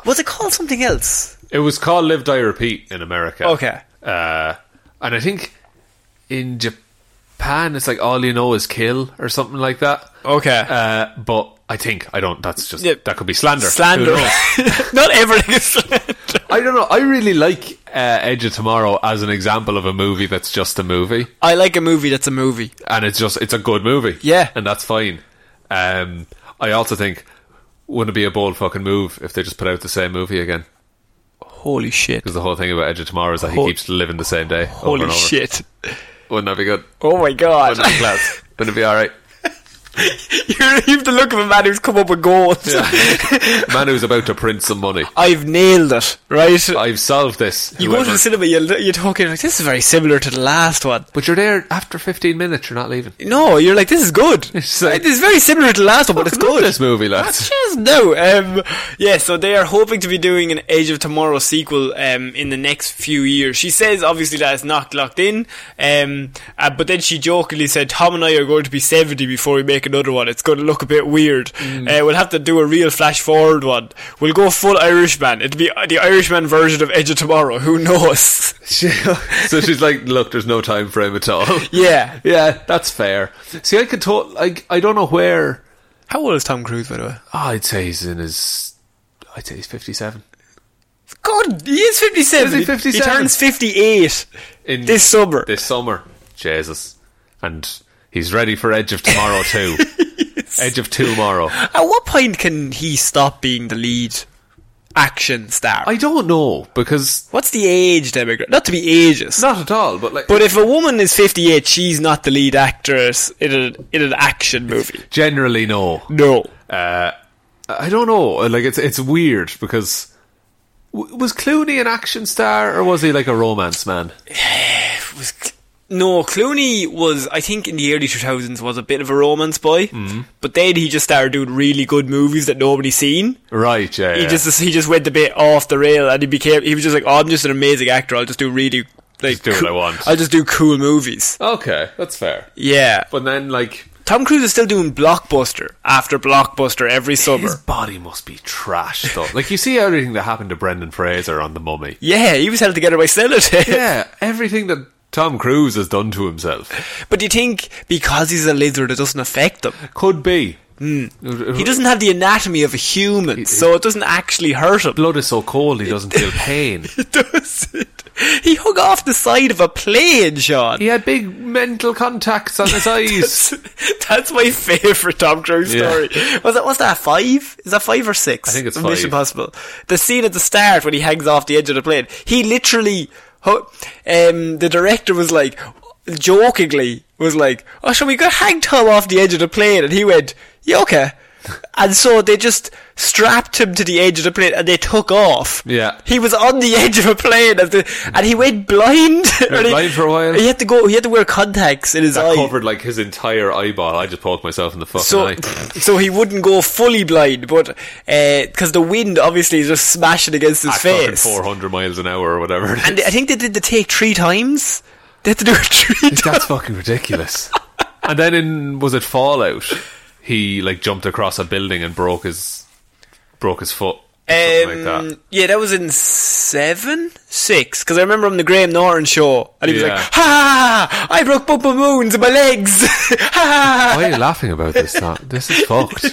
S1: Was it called something else?
S2: It was called Live Die Repeat in America.
S1: Okay.
S2: Uh, and I think in Japan it's like all you know is kill or something like that.
S1: Okay.
S2: Uh, but I think I don't. That's just
S1: Yeah.
S2: that could be slander.
S1: slander.
S2: Who knows?
S1: Not everything is slander.
S2: I don't know. I really like uh, Edge of Tomorrow as an example of a movie that's just a movie,
S1: I like a movie that's a movie.
S2: and it's just it's a good movie.
S1: Yeah.
S2: and that's fine. Um, I also think wouldn't it be a bold fucking move if they just put out the same movie again?
S1: Holy shit.
S2: Because the whole thing about Edge of Tomorrow is that
S1: Hol-
S2: he keeps living the same day. over
S1: Holy
S2: and over.
S1: shit.
S2: Wouldn't that be good?
S1: Oh my god.
S2: Wouldn't it be class? Wouldn't it be all right?
S1: You're- You've the look of a man who's come up with goals.
S2: Man who's about to print some money.
S1: I've nailed it, right?
S2: I've solved this.
S1: you go to
S2: whoever.
S1: the cinema, you're, you're talking like, this is very similar to the last one.
S2: but you're there after 15 minutes. You're not leaving.
S1: No, you're like, this is good.
S2: It's like-
S1: this is very similar to the last one, but it's
S2: Fucking love
S1: good.
S2: This movie, lads.
S1: Yes, no. Um, yeah, so they are hoping to be doing an Age of Tomorrow sequel um, in the next few years. She says, obviously, that it's not locked in, um, uh, but then she jokingly said, Tom and I are going to be 70 before we make another one. It's going to look a bit weird. Uh, we'll have to do a real flash forward one. We'll go full Irishman. It'll be uh, the Irishman version of Edge of Tomorrow. Who knows?
S2: so she's like, look, there's no time frame at all.
S1: Yeah.
S2: Yeah, that's fair. See, I could talk. Like, I don't know where.
S1: How old is Tom Cruise, by the way?
S2: Oh, I'd say he's in his. I'd say he's 57.
S1: God, he is 57.
S2: Is he 57?
S1: He turns 58
S2: In
S1: this summer.
S2: This summer. Jesus. And he's ready for Edge of Tomorrow too. Edge of Tomorrow.
S1: At what point can he stop being the lead action star?
S2: I don't know because
S1: What's the age demographic? Not to be ageist.
S2: not at all. But like,
S1: But if a woman is 58, she's not the lead actress in, a, in an action movie.
S2: generally no.
S1: No.
S2: I don't know. Like it's it's weird because w- was Clooney an action star or was he like a romance man?
S1: Was, no, Clooney was, I think in the early 2000s, was a bit of a romance boy.
S2: Mm.
S1: But then he just started doing really good movies that nobody's seen.
S2: Right. Yeah.
S1: He just he just went a bit off the rail and he became, he was just like, oh, I'm just an amazing actor. I'll just do really, like,
S2: Just do what
S1: cool-
S2: I want."
S1: I'll just do cool movies.
S2: okay. That's fair.
S1: Yeah.
S2: But then like
S1: Tom Cruise is still doing blockbuster after blockbuster every
S2: his
S1: summer.
S2: body must be trash though. like you see everything that happened to Brendan Fraser on The Mummy.
S1: Yeah, he was held together by sellotape.
S2: Yeah. Everything that Tom Cruise has done to himself
S1: But do you think because he's a lizard, it doesn't affect him?
S2: could be.
S1: Hmm. He doesn't have the anatomy of a human, so it doesn't actually hurt him.
S2: Blood is so cold he doesn't feel pain.
S1: Does it? He hung off the side of a plane, Sean.
S2: He had big mental contacts on his eyes.
S1: That's my favourite Tom Cruise
S2: Yeah.
S1: story. Was that was that five? Is that five or six?
S2: I think it's
S1: Of
S2: five.
S1: Mission Possible. The scene at the start when he hangs off the edge of the plane. He literally, ho- um, the director was like, jokingly was like, "Oh, shall we go hang Tom off the edge of the plane?" And he went, "Yeah, okay." And so they just strapped him to the edge of the plane and they took off.
S2: Yeah.
S1: He was on the edge of a plane and, the, and he went blind. Or he-
S2: blind for a while.
S1: He had to go, he had to wear contacts in his
S2: That
S1: eye.
S2: covered like his entire eyeball. I just poked myself in the fucking
S1: So,
S2: eye.
S1: so he wouldn't go fully blind, but because the wind obviously is just smashing against his
S2: at fucking
S1: face.
S2: 400 miles an hour or whatever. it
S1: And
S2: is.
S1: I think they did the take three times. They had to do it three times.
S2: that's fucking ridiculous. and then in was it Fallout? He like jumped across a building and broke his broke his foot. or something
S1: Um,
S2: like that.
S1: Yeah, that was in seven, six. Because I remember on the Graham Norton show, and he was
S2: Yeah.
S1: like, "Ha! ha, ha, I broke both my moons and my legs. ha! ha, ha."
S2: Why are you laughing about this? Not this is fucked.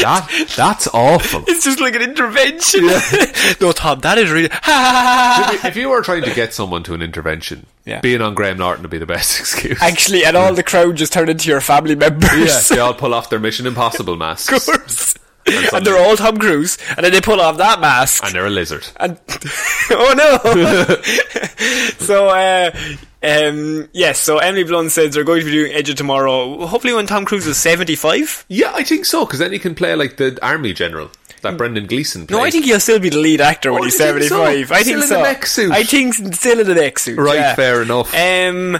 S2: That that's awful.
S1: It's just like an intervention. no, Tom, that is really. Ha, ha, ha, ha, ha.
S2: If you were trying to get someone to an intervention,
S1: Yeah.
S2: being on Graham Norton would be the best excuse.
S1: Actually, and all the crowd just turn into your family
S2: yeah,
S1: members.
S2: they all pull off their Mission Impossible masks,
S1: of course. And
S2: somebody-
S1: they're all Tom Cruise, and then they pull off that mask.
S2: and they're a lizard.
S1: and oh no so uh um yes so emily blunt says they're going to be doing edge of tomorrow hopefully when tom cruise is 75
S2: Yeah, I think so because then he can play like the army general that Mm. Brendan Gleeson. Played.
S1: no i think he'll still be the lead actor when
S2: Oh,
S1: he's
S2: you think so?
S1: 75 i think
S2: Still in
S1: so
S2: the mech suit.
S1: i think s- still in the next suit
S2: Right,
S1: yeah.
S2: fair enough.
S1: um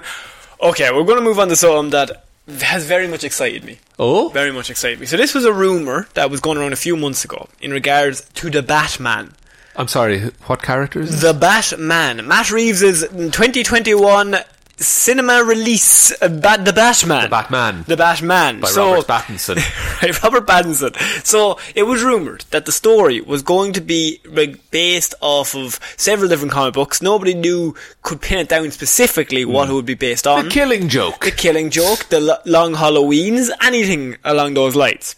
S1: okay we're going to move on to something that has very much excited me
S2: Oh,
S1: very much excited me so this was a rumor that was going around a few months ago in regards to the batman
S2: I'm sorry. What character is it?
S1: The Batman. Matt Reeves' 2021 cinema release, uh, Bat- The Batman. The
S2: Batman.
S1: The Batman.
S2: by
S1: so,
S2: Robert Pattinson?
S1: Right, Robert Pattinson. So, it was rumoured that the story was going to be like, based off of several different comic books. Nobody knew, could pin it down specifically
S2: Hmm.
S1: what it would be based on.
S2: the Killing Joke.
S1: The Killing Joke, The Lo- Long Halloweens, anything along those lines.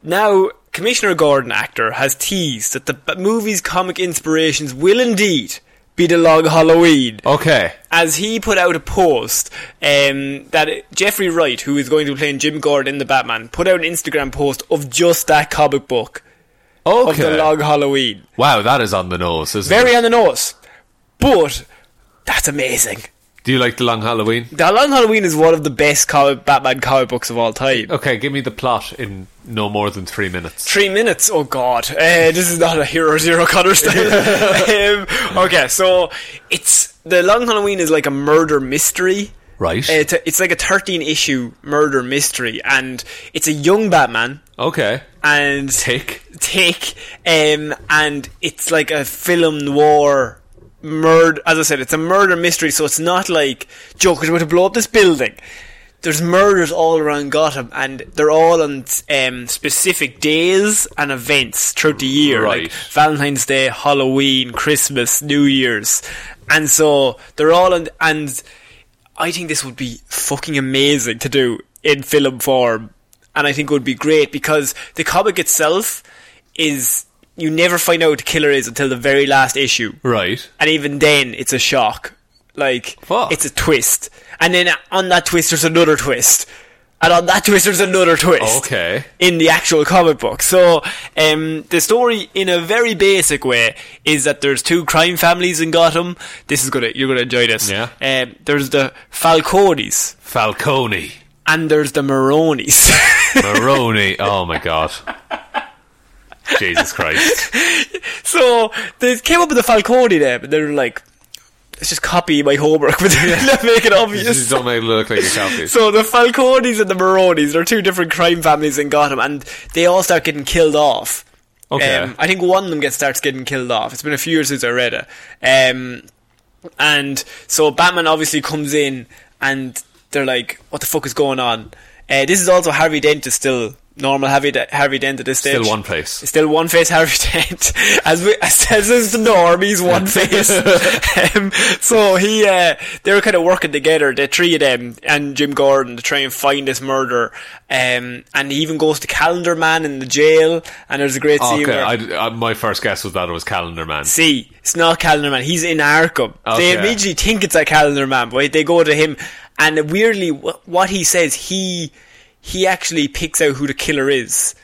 S1: Now, Commissioner Gordon, actor, has teased that the b- movie's comic inspirations will indeed be The Long Halloween.
S2: okay.
S1: As he put out a post um, that Jeffrey Wright, who is going to be playing Jim Gordon in The Batman, put out an Instagram post of just that comic book of The
S2: Okay.
S1: Long Halloween.
S2: wow, that is on the nose. Isn't
S1: Very
S2: It?
S1: on the nose. But that's amazing.
S2: Do you like the Long Halloween?
S1: The Long Halloween is one of the best comic, Batman comic books of all time.
S2: Okay, give me the plot in no more than three minutes.
S1: Three minutes. Oh God, uh, this is not a Hero Zero Connor style. um, okay, so it's the Long Halloween is like a murder mystery.
S2: Right.
S1: Uh, It's, a, it's like a thirteen issue murder mystery, and it's a young Batman
S2: Okay.
S1: and
S2: Tick.
S1: Tick, um, and it's like a film noir murder. As I said, it's a murder mystery, so it's not like Joker's going to blow up this building. There's murders all around Gotham, and they're all on um, specific days and events throughout the year, like
S2: Right.
S1: Valentine's Day, Halloween, Christmas, New Year's, and so they're all on. And I think this would be fucking amazing to do in film form, and I think it would be great because the comic itself is you never find out who the killer is until the very last issue,
S2: Right.
S1: and even then it's a shock, like
S2: Fuck.
S1: it's a twist, and then on that twist there's another twist, and on that twist there's another twist
S2: Oh, Okay.
S1: in the actual comic book. So, um, the story, in a very basic way, is that there's two crime families in Gotham. This is gonna, you're gonna enjoy this.
S2: Yeah.
S1: Um, there's the Falcones
S2: Falcone.
S1: and there's the Maronis.
S2: Maroney. oh my god. Jesus Christ.
S1: so they came up with the Falcone name, and they're like, let's just copy my homework, but they're not making it
S2: Just
S1: obvious.
S2: don't make it look like a selfie.
S1: So the Falcones and the Maronis are two different crime families in Gotham, and they all start getting killed off.
S2: Okay.
S1: Um, I think one of them gets starts getting killed off. It's been a few years since I read it. Um, and so Batman obviously comes in, and they're like, "What the fuck is going on?" Uh, this is also Harvey Dent is still normal Harvey De- Harvey Dent at this stage.
S2: Still one place.
S1: Still one face Harvey Dent, as we, as, as is the norm. He's one face. um, so he, uh, they were kind of working together, the three of them and Jim Gordon to try and find this murder. Um, and he even goes to Calendar Man in the jail, and there's a great scene
S2: Oh, Okay,
S1: where
S2: I, I, my first guess was that it was Calendar Man.
S1: see, it's not Calendar Man. He's in Arkham. They
S2: Okay.
S1: immediately think it's a Calendar Man, but they go to him, and weirdly, wh- what he says, he he actually picks out who the killer is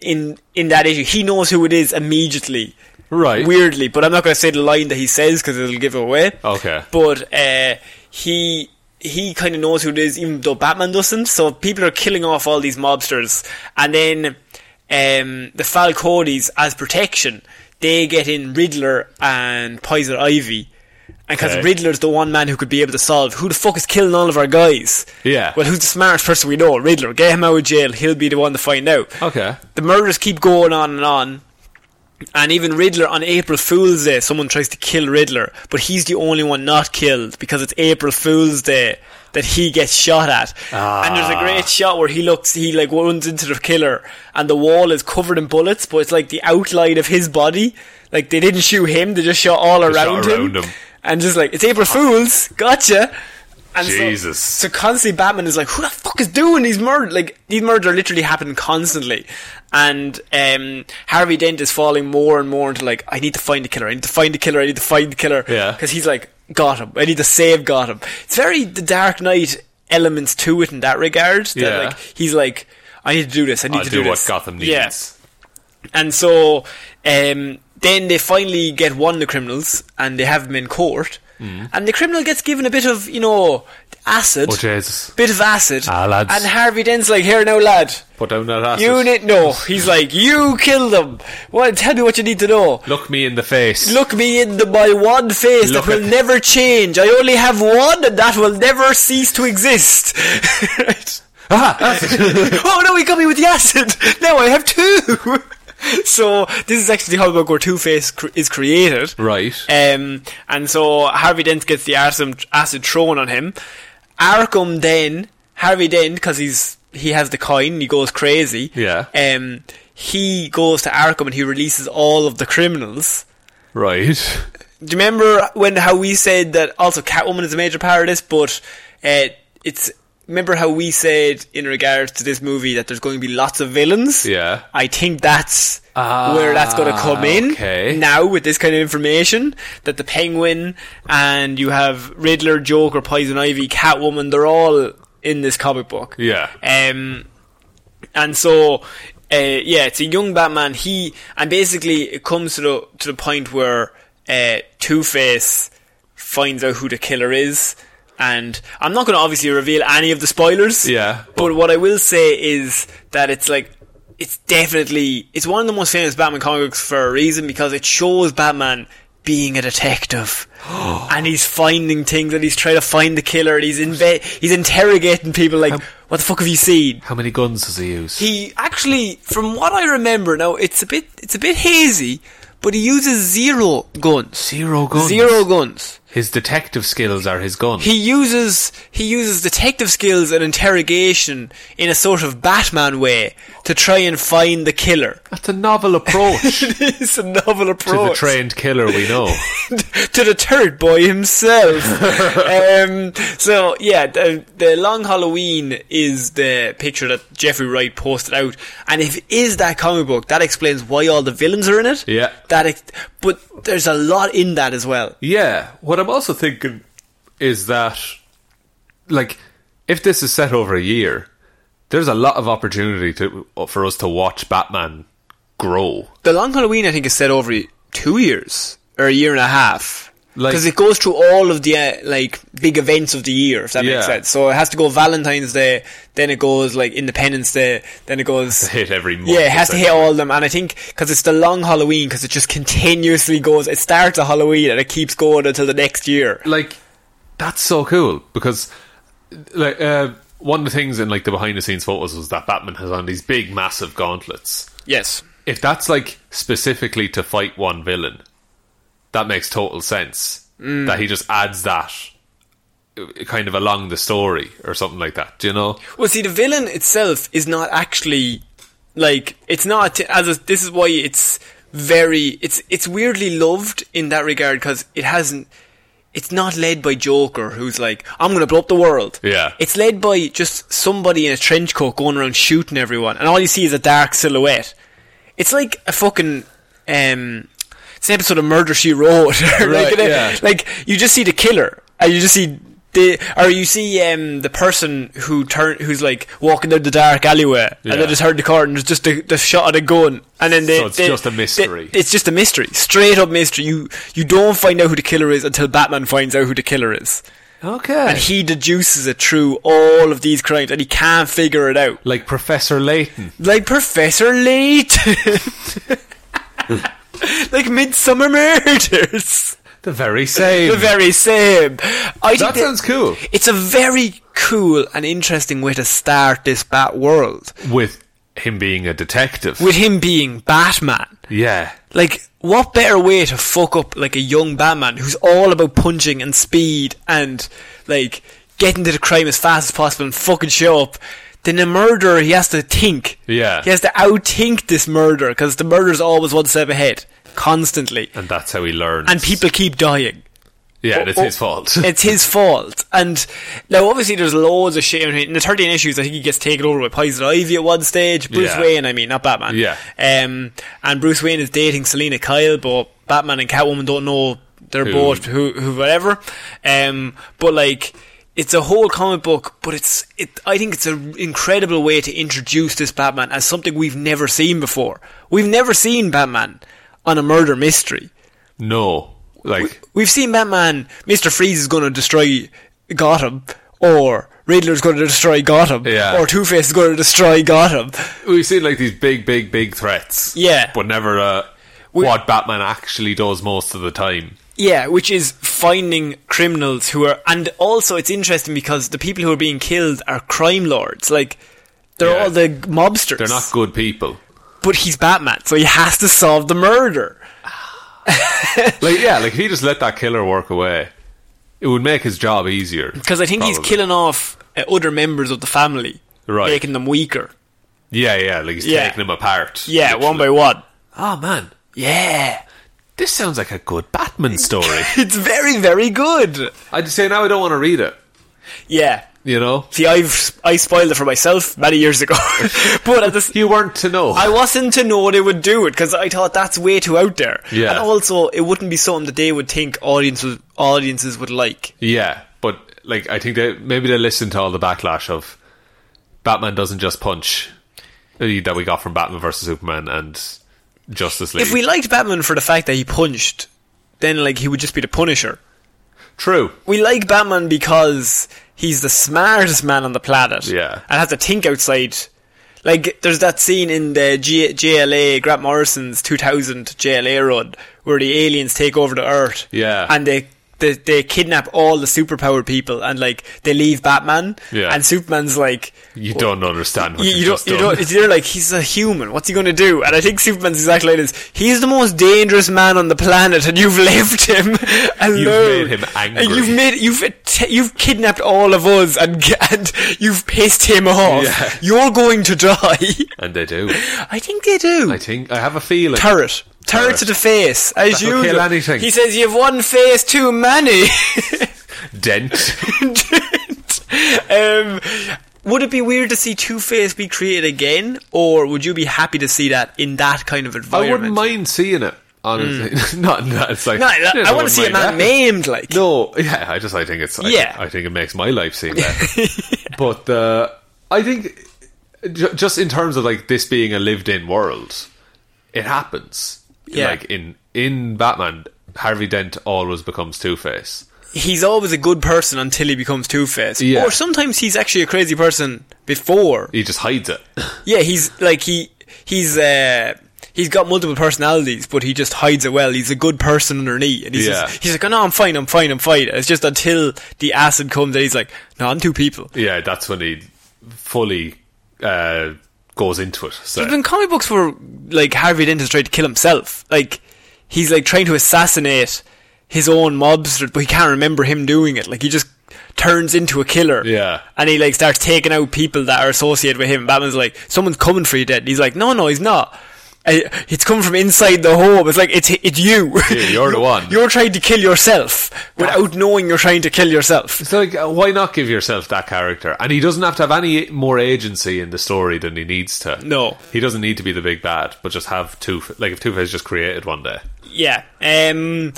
S1: in in that issue. He knows who it is immediately.
S2: Right.
S1: Weirdly, but I'm not going to say the line that he says because it'll give it away.
S2: Okay.
S1: But uh, he he kind of knows who it is, even though Batman doesn't. So people are killing off all these mobsters, and then um, the Falcones, as protection, they get in Riddler and Poison Ivy. And because
S2: Okay.
S1: Riddler's the one man who could be able to solve who the fuck is killing all of our guys.
S2: Yeah.
S1: Well, who's the smartest person we know? Riddler. Get him out of jail. He'll be the one to find out
S2: Okay.
S1: the murders keep going on and on. And even Riddler on April Fool's Day, someone tries to kill Riddler, but he's the only one not killed because it's April Fool's Day that he gets shot at. And there's a great shot where he looks, he like runs into the killer, and the wall is covered in bullets, but it's like the outline of his body. Like they didn't shoot him; they just shot all
S2: shot
S1: around,
S2: around
S1: him.
S2: him.
S1: And just like it's April Fools, gotcha. And so-
S2: Jesus.
S1: So, constantly Batman is like, who the fuck is doing these murders? Like, these murders are literally happening constantly. And um, Harvey Dent is falling more and more into like, I need to find the killer, I need to find the killer, I need to find the killer.
S2: Yeah.
S1: Because he's like, got him, I need to save got him. It's very the Dark Knight elements to it in that regard. That
S2: Yeah.
S1: like, he's like, I need to do this, I need
S2: I'll
S1: to
S2: do,
S1: do,
S2: what
S1: this.
S2: Gotham needs.
S1: Yeah. And so um, then they finally get one of the criminals and they have him in court.
S2: Mm.
S1: And the criminal gets given a bit of, you know, acid.
S2: Oh, Jesus.
S1: Bit of acid.
S2: Ah, lads.
S1: And Harvey Dent's like, here now, lad.
S2: Put down that acid.
S1: You need no. He's like, you kill them. Well, tell me what you need to know.
S2: Look me in the face.
S1: Look me in the my one face
S2: Look
S1: that will
S2: at-
S1: never change. I only have one, and that will never cease to exist. Right?
S2: Ah!
S1: oh no, he got me with the acid. Now I have two. so this is actually how Bogor Two Face cr- is created,
S2: Right.
S1: Um, and so Harvey Dent gets the acid, acid thrown on him. Arkham then Harvey Dent because he's he has the coin, he goes crazy.
S2: Yeah.
S1: Um, he goes to Arkham and he releases all of the criminals.
S2: Right.
S1: Do you remember when how we said that also Catwoman is a major part of this, but uh, it's remember how we said in regards to this movie that there's going to be lots of villains.
S2: Yeah.
S1: I think that's where that's going to come in
S2: Ah, okay.
S1: now with this kind of information that the Penguin and you have Riddler, Joker, Poison Ivy, Catwoman, they're all in this comic book.
S2: Yeah.
S1: Um, and so, uh, yeah, it's a young Batman. He and basically it comes to the to the point where uh, Two Face finds out who the killer is, and I'm not going to obviously reveal any of the spoilers.
S2: Yeah,
S1: but, what I will say is that it's like. It's definitely it's one of the most famous Batman comic books for a reason because it shows Batman being a detective and he's finding things and he's trying to find the killer and he's inve- he's interrogating people like what the fuck have you seen
S2: How many guns does he use?
S1: he actually, from what I remember, now it's a bit it's a bit hazy, but he uses zero guns.
S2: Zero guns.
S1: Zero guns.
S2: His detective skills are his guns.
S1: He uses he uses detective skills and interrogation in a sort of Batman way to try and find the killer.
S2: That's a novel approach to
S1: it's a novel
S2: the
S1: approach
S2: trained killer we know.
S1: to the turd boy himself. um, so yeah, the, the Long Halloween is the picture that Jeffrey Wright posted out, and if it is that comic book, that explains why all the villains are in it.
S2: Yeah.
S1: that. Ex- but there's a lot in that as well.
S2: Yeah. What I'm also thinking is that, like, if this is set over a year, there's a lot of opportunity to for us to watch Batman grow.
S1: The Long Halloween, I think, is set over two years or a year and a half.
S2: Like-
S1: Because it goes through all of the uh, like big events of the year, if that
S2: Yeah.
S1: makes sense. So it has to go Valentine's Day, then it goes like Independence Day, then it goes
S2: Hit every month.
S1: Yeah, it has to hit
S2: essentially.
S1: all of them, and I think because it's the long Halloween, because it just continuously goes. It starts at Halloween and it keeps going until the next year.
S2: like that's so cool because like uh, one of the things in like the behind the scenes photos was that Batman has on these big massive gauntlets.
S1: Yes,
S2: If that's like specifically to fight one villain, that makes total sense. That he just adds that uh, kind of along the story or something like that. Do you know?
S1: Well, see, the villain itself is not actually like it's not as a, this is why it's very it's it's weirdly loved in that regard because it hasn't it's not led by Joker who's like I'm gonna blow up the world.
S2: Yeah.
S1: it's led by just somebody in a trench coat going around shooting everyone, and all you see is a dark silhouette. It's like a fucking um, it's an episode of Murder She Wrote. Or
S2: Right,
S1: like, an-
S2: yeah.
S1: like you just see the killer, and you just see the, or you see um, the person who turn who's like walking down the dark alleyway, and
S2: Yeah.
S1: they just heard the car, and there's just the, the shot of a gun, and then they,
S2: So it's
S1: they-
S2: just a
S1: they-
S2: mystery.
S1: it's just a mystery, straight up mystery. You you don't find out who the killer is until Batman finds out who the killer is,
S2: Okay.
S1: and he deduces it through all of these crimes, and he can't figure it out,
S2: like Professor Layton.
S1: like Professor Layton, like Midsummer Murders.
S2: The very same.
S1: The very same. I think
S2: that sounds cool.
S1: It's a very cool and interesting way to start this Bat world
S2: With him being a detective.
S1: with him being Batman.
S2: yeah.
S1: Like, what better way to fuck up like a young Batman who's all about punching and speed and like getting to the crime as fast as possible and fucking show up? Than a murderer, he has to think.
S2: Yeah.
S1: he has to outthink this murder because the murder's always one step ahead, constantly,
S2: And that's how he learns.
S1: and people keep dying.
S2: Yeah, and it's
S1: Oh,
S2: his
S1: oh,
S2: fault.
S1: it's his fault. And now, obviously, there's loads of shit in it. In the 13 issues, I think he gets taken over by Poison Ivy at one stage. Bruce
S2: Yeah.
S1: Wayne, I mean, not Batman.
S2: Yeah.
S1: Um, and Bruce Wayne is dating Selena Kyle, but Batman and Catwoman don't know they're
S2: Who.
S1: both who, who whatever. Um, but like. It's a whole comic book, but it's it. I think it's an incredible way to introduce this Batman as something we've never seen before. We've never seen Batman on a murder mystery.
S2: no, like
S1: We've seen Batman, Mr. Freeze is going to destroy Gotham, or Riddler's going to destroy Gotham,
S2: Yeah.
S1: or Two Face is going to destroy Gotham.
S2: we've seen like these big, big, big threats.
S1: Yeah.
S2: but never uh, what Batman actually does most of the time.
S1: Yeah, which is finding criminals who are. And also, it's interesting because the people who are being killed are crime lords. Like, they're
S2: Yeah.
S1: all the mobsters.
S2: They're not good people.
S1: But he's Batman, so he has to solve the murder.
S2: Like yeah, like if he just let that killer work away, it would make his job easier.
S1: Because I think he's
S2: probably.
S1: killing off uh, other members of the family,
S2: Right.
S1: making them weaker.
S2: Yeah, yeah, like he's
S1: Yeah.
S2: taking him apart.
S1: Yeah, one by one.
S2: Oh man,
S1: Yeah.
S2: this sounds like a good Batman story.
S1: It's very, very good.
S2: I'd say now I don't want to read it.
S1: Yeah.
S2: You know,
S1: See, I've I spoiled it for myself many years ago, but at this,
S2: you weren't to know.
S1: I wasn't to know they would do it because I thought that's way too out there.
S2: Yeah.
S1: and also it wouldn't be something that they would think audiences audiences would like.
S2: yeah, but like I think they maybe they listened to all the backlash of Batman doesn't just punch eh, that we got from Batman versus Superman and Justice League.
S1: If we liked Batman for the fact that he punched, then like he would just be the Punisher.
S2: True.
S1: We like Batman because he's the smartest man on the planet.
S2: Yeah.
S1: and has to think outside. Like there's that scene in the G- JLA Grant Morrison's 2000 JLA run where the aliens take over the Earth.
S2: Yeah.
S1: and they. They, they kidnap all the superpowered people and like they leave Batman
S2: Yeah.
S1: and Superman's like
S2: You don't understand what
S1: you,
S2: you,
S1: you
S2: just
S1: don't, you
S2: done.
S1: don't, you're like, he's a human. What's he going to do? And I think Superman's exactly like this. He's the most dangerous man on the planet, and you've left him alone.
S2: made him angry.
S1: And you've made, you've, att- you've kidnapped all of us, and, g- and you've pissed him off.
S2: Yeah.
S1: You're going to die.
S2: and they do.
S1: I think they do.
S2: I think I have a feeling.
S1: Turret. Turret
S2: Turret.
S1: to the face, as
S2: That'll
S1: you.
S2: kill anything.
S1: He says, "You've one face too many."
S2: Dent.
S1: um, would it be weird to see Two Face be created again, or would you be happy to see that in that kind of
S2: I
S1: environment?
S2: wouldn't mind seeing it. Honestly, not in that. It's like
S1: Hmm. No, I-
S2: yeah,
S1: I, want to
S2: wouldn't
S1: see a man
S2: mind that.
S1: maimed. Like,
S2: No, yeah, I just I think it's I,
S1: Yeah.
S2: yeah. I think it makes my life seem better. But uh, I think ju- just in terms of like this being a lived-in world, it happens.
S1: Yeah.
S2: Like in in Batman, Harvey Dent always becomes Two Face.
S1: he's always a good person until he becomes Two Face,
S2: Yeah.
S1: or sometimes he's actually a crazy person before.
S2: He just hides it.
S1: Yeah, he's like he he's uh he's got multiple personalities, but he just hides it well. He's a good person underneath, and he's
S2: Yeah.
S1: just, he's like, oh, no, I'm fine, I'm fine, I'm fine. It's just until the acid comes, and he's like, no, I'm two people.
S2: yeah, that's when he fully uh, goes into it. So
S1: But when comic books were like Harvey Dent is trying to kill himself, like he's like trying to assassinate his own mobster, but he can't remember him doing it. Like he just turns into a killer.
S2: Yeah.
S1: And he like starts taking out people that are associated with him. Batman's like, someone's coming for you, dead. And he's like, no, no, he's not. Uh, It's coming from inside the home. It's like it's it's you.
S2: Yeah, you're the one.
S1: You're trying to kill yourself without knowing you're trying to kill yourself.
S2: It's like, uh, why not give yourself that character? And he doesn't have to have any more agency in the story than he needs to.
S1: No.
S2: He doesn't need to be the big bad, but just have Two Like, if Two Face just created one day.
S1: Yeah. Um.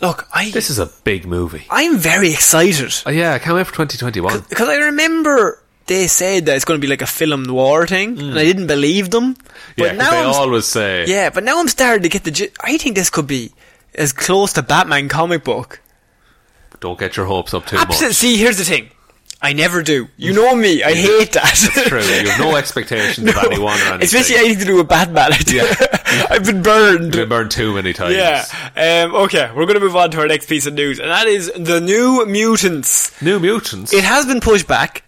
S1: Look, I
S2: This is a big movie.
S1: I'm very excited.
S2: Oh, yeah, I can't wait for 2021.
S1: Because I remember they said that it's going to be like a film noir thing, and I didn't believe them. But
S2: Mm. Yeah, 'cause
S1: now
S2: they
S1: I'm,
S2: always say.
S1: yeah, but now I'm starting to get the. gi- I think this could be as close to Batman comic book.
S2: Don't get your hopes up too
S1: Absolutely.
S2: much. Mm.
S1: See, here's the thing. I never do. You know me. I hate that. That's
S2: True, you have no expectations of anyone or anything.
S1: Especially anything to do with Batman.
S2: Yeah. Mm.
S1: I've been burned.
S2: You've been burned too many times.
S1: Yeah. Um, okay, we're going to move on to our next piece of news, and that is the new mutants.
S2: New Mutants.
S1: It has been pushed back.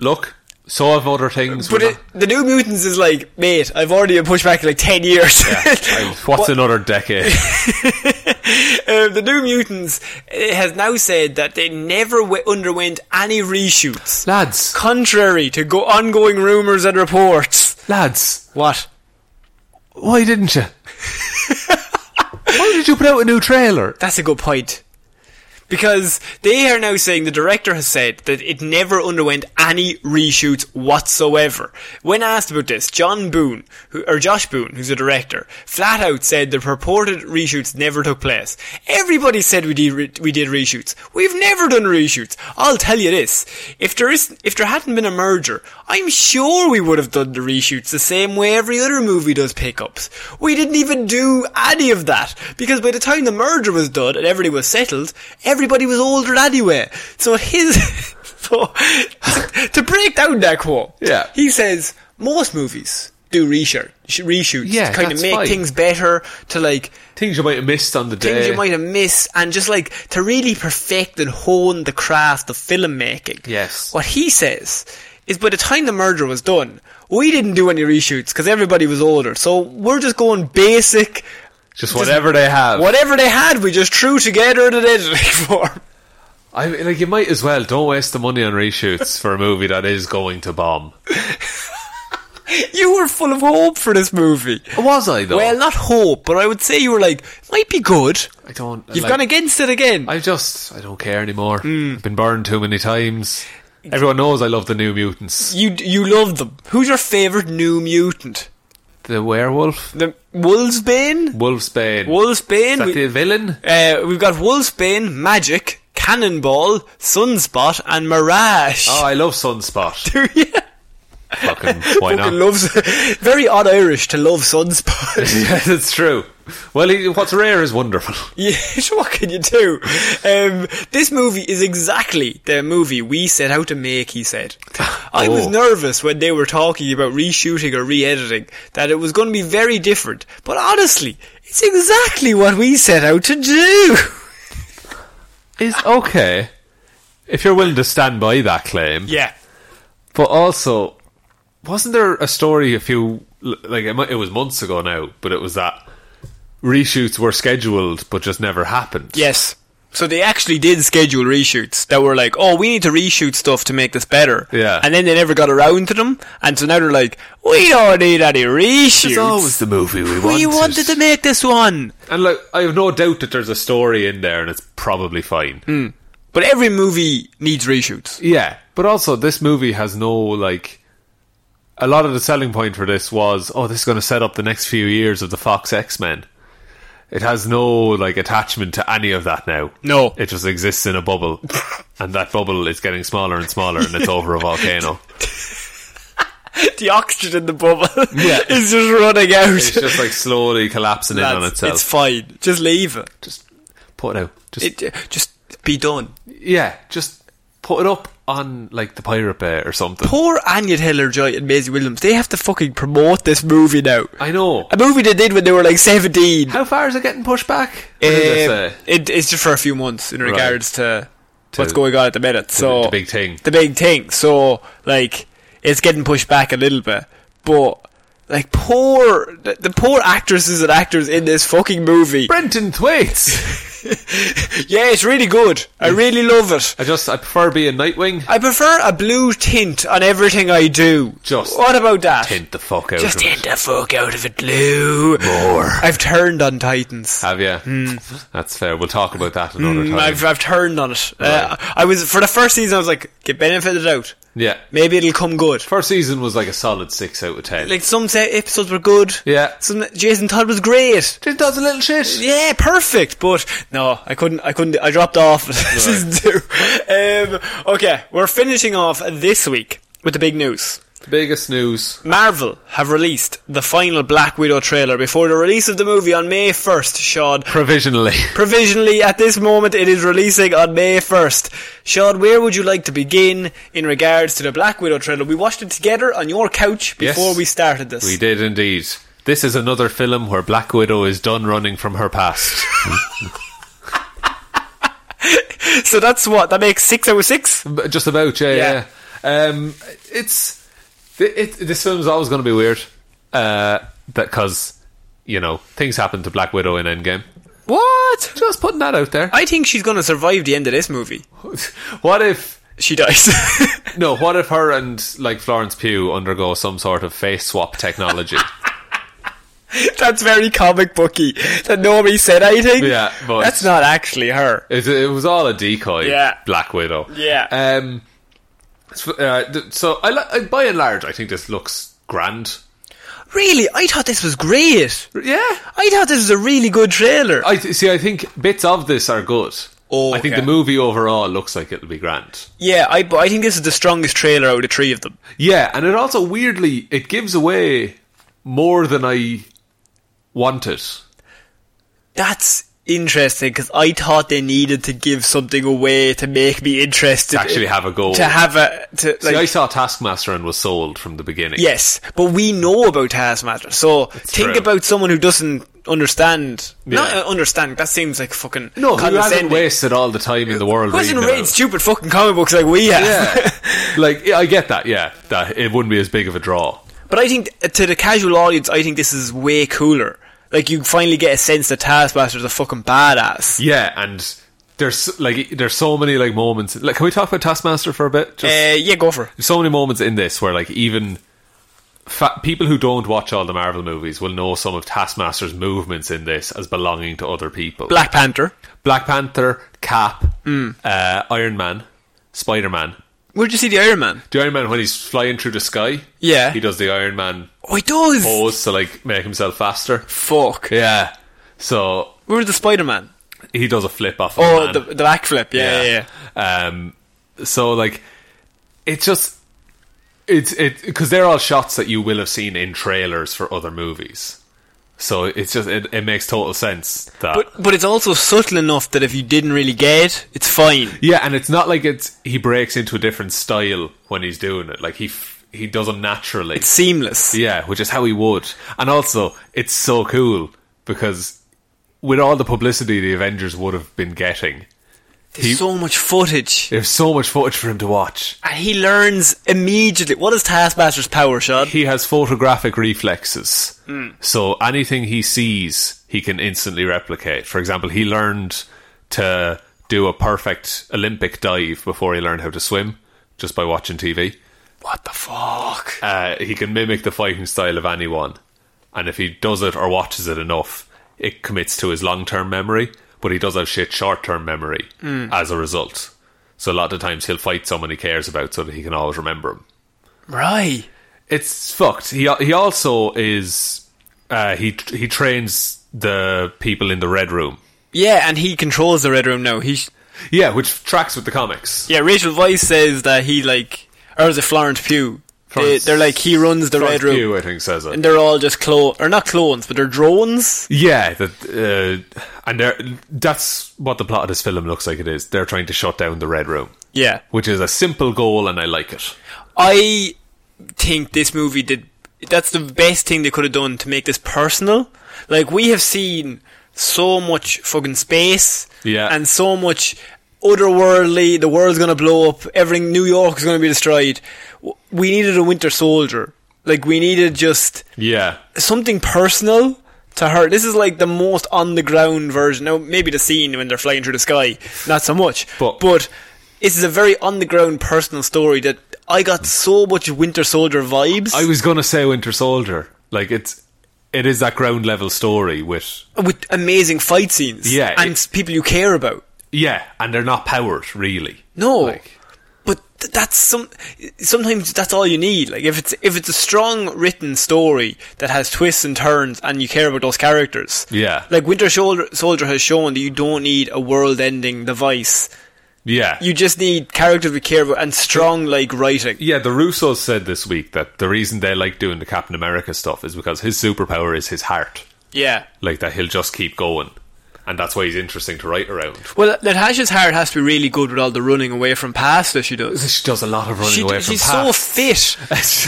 S2: Look, so have other things.
S1: But
S2: we're
S1: it, the New Mutants is like, mate, I've already been pushed back like 10 years.
S2: not- I- What's another decade?
S1: um, the New Mutants uh, has now said that they never w- underwent any reshoots.
S2: lads,
S1: Contrary to go- ongoing rumours and reports.
S2: lads,
S1: What?
S2: why didn't you? why did you put out a new trailer?
S1: That's a good point. because they are now saying the director has said that it never underwent any reshoots whatsoever. When asked about this, John Boone, who, or Josh Boone, who's the director, flat out said the purported reshoots never took place. Everybody said we did re- we did reshoots. We've never done reshoots. I'll tell you this: if there is if there hadn't been a merger, I'm sure we would have done the reshoots the same way every other movie does pickups. We didn't even do any of that because by the time the merger was done and everything was settled, everybody was older anyway. So his so to break down that quote,
S2: Yeah.
S1: he says most movies do reshoot reshoots
S2: Yeah,
S1: to kind of
S2: that's
S1: make
S2: fine.
S1: things better to like
S2: Things you might have missed on the day.
S1: things you might have missed and just like to really perfect and hone the craft of filmmaking.
S2: Yes.
S1: What he says is by the time the merger was done, we didn't do any reshoots because everybody was older. So we're just going basic.
S2: just whatever they have.
S1: Whatever they had, we just threw together in an editing form.
S2: I mean, like you might as well don't waste the money on reshoots for a movie that is going to bomb.
S1: You were full of hope for this movie.
S2: Was I though?
S1: Well, not hope, but I would say you were like, might be good.
S2: I don't.
S1: You've Hmm.
S2: like,
S1: gone against it again.
S2: I just I don't care anymore. I've been burned too many times. Everyone knows I love the New Mutants.
S1: you you love them. Who's your favorite new mutant?
S2: The werewolf,
S1: The Wolvesbane.
S2: Wolfsbane. Is
S1: Wolvesbane.
S2: that
S1: we-
S2: the villain?
S1: Uh, we've got Wolfsbane, Magic, Cannonball, Sunspot, and Mirage.
S2: Oh, I love Sunspot. Do you? Fucking why not?
S1: Fucking loves very odd Irish to love Sunspot.
S2: yeah, that's true. Well, he, what's rare is wonderful.
S1: yeah, what can you do? Um, this movie is exactly the movie we set out to make. He said, "I was
S2: Oh.
S1: nervous when they were talking about reshooting or re-editing that it was going to be very different, but honestly, it's exactly what we set out to do."
S2: Is okay if you're willing to stand by that claim.
S1: Yeah,
S2: But also, wasn't there a story a few like it mi- it was months ago now? But it was that reshoots were scheduled but just never happened.
S1: Yes. So they actually did schedule reshoots that were like, oh, we need to reshoot stuff to make this better.
S2: Yeah.
S1: And then they never got around to them. And so now they're like, we don't need any reshoots.
S2: It's always the movie we wanted.
S1: we wanted to make this one.
S2: and like I have no doubt that there's a story in there, and it's probably
S1: Mm.
S2: fine.
S1: But every movie needs reshoots.
S2: Yeah, but also this movie has no like. A lot of the selling point for this was, oh, this is going to set up the next few years of the Fox X Men. It has no like attachment to any of that now.
S1: No.
S2: it just exists in a bubble, and that bubble is getting smaller and smaller, and it's over a volcano.
S1: the oxygen in the bubble
S2: Yeah.
S1: is just running out.
S2: It's just like slowly collapsing in on
S1: That's-
S2: itself.
S1: It's fine. Just leave it.
S2: just put it out. Just
S1: it. Just be done.
S2: yeah, just put it up on like the Pirate Bay or something.
S1: Poor Anya Taylor-Joy and Maisie Williams. They have to fucking promote this movie now.
S2: I know.
S1: A movie they did when they were like 17.
S2: How far is it getting pushed back? What did they
S1: Um,
S2: say?
S1: it, it's just for a few months in regards to, what's going on at the minute. So
S2: the big thing.
S1: the big thing. So like it's getting pushed back a little bit, but like poor the, the poor actresses and actors in this fucking movie.
S2: Brenton Thwaites.
S1: Yeah, it's really good. I really love it.
S2: I just I prefer being Nightwing.
S1: I prefer a blue tint on everything I do.
S2: Just
S1: what about that?
S2: Tint the fuck out
S1: Just
S2: of it.
S1: tint the fuck out of it, blue.
S2: More.
S1: I've turned on Titans.
S2: Have you? That's fair. We'll talk about that another time.
S1: Mm, I've, I've turned on it. Uh, I was for the first season. I was like, get benefited out.
S2: yeah.
S1: Maybe it'll come good.
S2: First season was like a solid six out of ten.
S1: Like some se- episodes were good.
S2: Yeah.
S1: Some Jason Todd was great.
S2: Just does a little shit.
S1: Yeah, perfect. But no, I couldn't. I couldn't. I dropped off season two. Um, okay, we're finishing off this week with the big news.
S2: Biggest news.
S1: Marvel have released the final Black Widow trailer before the release of the movie on May first. Shod
S2: Provisionally.
S1: Provisionally, at this moment, it is releasing on May 1st. Sean, where would you like to begin in regards to the Black Widow trailer? We watched it together on your couch
S2: Yes.
S1: before we started this.
S2: We did indeed. This is another film where Black Widow is done running from her past.
S1: So that's what? That makes six out of six?
S2: B- Just about, yeah.
S1: Yeah.
S2: yeah. Um, it's th- it, this film's always going to be weird, uh, because you know things happen to Black Widow in Endgame.
S1: What?
S2: Just putting that out there.
S1: I think she's going to survive the end of this movie.
S2: what if
S1: She dies.
S2: no? What if her and like Florence Pugh undergo some sort of face swap technology?
S1: That's very comic booky. That nobody said anything.
S2: Yeah, but-
S1: that's not actually her.
S2: It, it was all a decoy.
S1: Yeah.
S2: Black Widow.
S1: Yeah.
S2: Um. So, uh, th- so I, li- I, by and large, I think this looks grand.
S1: Really, I thought this was great.
S2: Yeah.
S1: I thought this was a really good trailer.
S2: I th- see. I think bits of this are good.
S1: Oh,
S2: I think
S1: okay.
S2: the movie overall looks like it'll be grand.
S1: yeah, I, but I think this is the strongest trailer out of the three of them.
S2: Yeah, and it also weirdly it gives away more than I wanted.
S1: That's interesting because I thought they needed to give something away to make me interested.
S2: To actually
S1: in-
S2: have a goal.
S1: To have a to like.
S2: see, I saw Taskmaster and was sold from the beginning.
S1: Yes, but we know about Taskmaster. So think
S2: true.
S1: about someone who doesn't understand. Not
S2: Yeah.
S1: uh, understand. That seems like fucking
S2: No, who hasn't
S1: condescending.
S2: wasted all the time in the world
S1: Who hasn't
S2: reading it
S1: read
S2: out?
S1: stupid fucking comic books like we have?
S2: Yeah. like, yeah, I get that, yeah. That it wouldn't be as big of a draw.
S1: But I think uh, to the casual audience, I think this is way cooler. Like you finally get a sense that Taskmaster's a fucking badass.
S2: Yeah, and there's like there's so many like moments like can we talk about Taskmaster for a bit? Just
S1: Uh, yeah, go for it.
S2: so many moments in this where like even fa- people who don't watch all the Marvel movies will know some of Taskmaster's movements in this as belonging to other people.
S1: Black Panther.
S2: Black Panther, Cap, uh, Iron Man, Spider Man.
S1: Where'd you see the Iron Man?
S2: The Iron Man when he's flying through the sky,
S1: Yeah.
S2: he does the Iron Man
S1: Oh, he does.
S2: pose to like make himself faster.
S1: Fuck.
S2: Yeah, so
S1: Where's the Spider Man?
S2: he does a flip off. Of
S1: Oh,
S2: the,
S1: the,
S2: man.
S1: the backflip. Yeah, yeah, yeah.
S2: Um, so like, it's just it's it because they're all shots that you will have seen in trailers for other movies. So it's just it, it makes total sense that
S1: But but it's also subtle enough that if you didn't really get it, it's fine.
S2: yeah, and it's not like it's he breaks into a different style when he's doing it. Like he f- he does them naturally.
S1: It's seamless.
S2: Yeah, which is how he would. And also, it's so cool because with all the publicity the Avengers would have been getting,
S1: There's
S2: He-
S1: so much footage.
S2: there's so much footage for him to watch.
S1: And he learns immediately. What is Taskmaster's power, Sean?
S2: He has photographic reflexes. So anything he sees, he can instantly replicate. For example, he learned to do a perfect Olympic dive before he learned how to swim just by watching TV.
S1: What the fuck?
S2: Uh, he can mimic the fighting style of anyone. And if he does it or watches it enough, it commits to his long term memory, but he does have shit short term memory
S1: Hmm.
S2: as a result. So a lot of times he'll fight someone he cares about so that he can always remember him
S1: Right.
S2: it's fucked. He he also is uh, he he trains the people in the red room.
S1: Yeah, and he controls the Red Room now. He sh-
S2: Yeah, which tracks with the comics.
S1: yeah, Rachel Weisz says that he like, or is it Florence Pugh?
S2: Florence-
S1: they, they're like he runs the Red
S2: Florence
S1: Room,
S2: Pugh, I think says it.
S1: and they're all just clone or not clones, but they're drones.
S2: yeah, that uh, and they're, that's what the plot of this film looks like. It is they're trying to shut down the red room,
S1: Yeah,
S2: which is a simple goal, and I like it.
S1: I think this movie did. That's the best thing they could have done to make this personal. Like we have seen so much fucking space,
S2: Yeah.
S1: and so much otherworldly. The world's gonna blow up. Everything, New York is gonna be destroyed. W- We needed a Winter Soldier. Like we needed just
S2: Yeah,
S1: something personal to her. This is like the most on the ground version. Now, maybe the scene when they're flying through the sky, not so much.
S2: But-
S1: this is a very on the ground personal story that I got so much Winter Soldier vibes
S2: I was gonna say Winter Soldier. Like it's it is that ground level story with
S1: with amazing fight scenes.
S2: Yeah,
S1: and
S2: it-
S1: people you care about.
S2: yeah, and they're not powered really.
S1: No.
S2: Like-
S1: but th- that's some. Sometimes that's all you need. Like if it's if it's a strong written story that has twists and turns, and you care about those characters.
S2: Yeah.
S1: Like Winter Soldier, Soldier has shown that you don't need a world-ending device.
S2: Yeah,
S1: You just need characters we care about and strong like writing.
S2: Yeah, the Russos said this week that the reason they like doing the Captain America stuff is because his superpower is his heart.
S1: Yeah.
S2: Like that he'll just keep going. And that's why he's interesting to write around.
S1: Well, Natasha's heart has to be really good with all the running away from past that she does.
S2: She does a lot of running
S1: She,
S2: away from
S1: she's so
S2: past.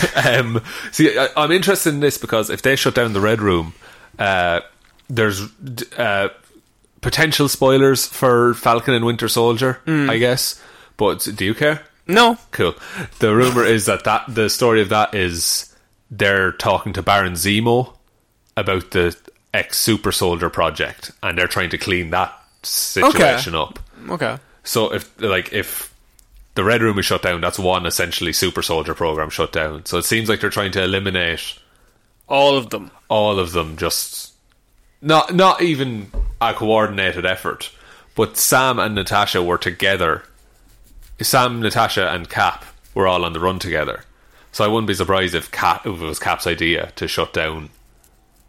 S1: fit.
S2: um, see, I, I'm interested in this because if they shut down the Red Room, uh, there's d- uh, potential spoilers for Falcon and Winter Soldier,
S1: Hmm.
S2: I guess. But do you care?
S1: No.
S2: Cool. The rumor is that, that the story of that is they're talking to Baron Zemo about the ex super soldier project, and they're trying to clean that situation up.
S1: Okay.
S2: So if like if the Red Room is shut down, that's one essentially super soldier program shut down. So it seems like they're trying to eliminate
S1: All of them.
S2: all of them just not not even a coordinated effort. But Sam and Natasha were together. Sam, Natasha, and Cap were all on the run together. So I wouldn't be surprised if Cap if it was Cap's idea to shut down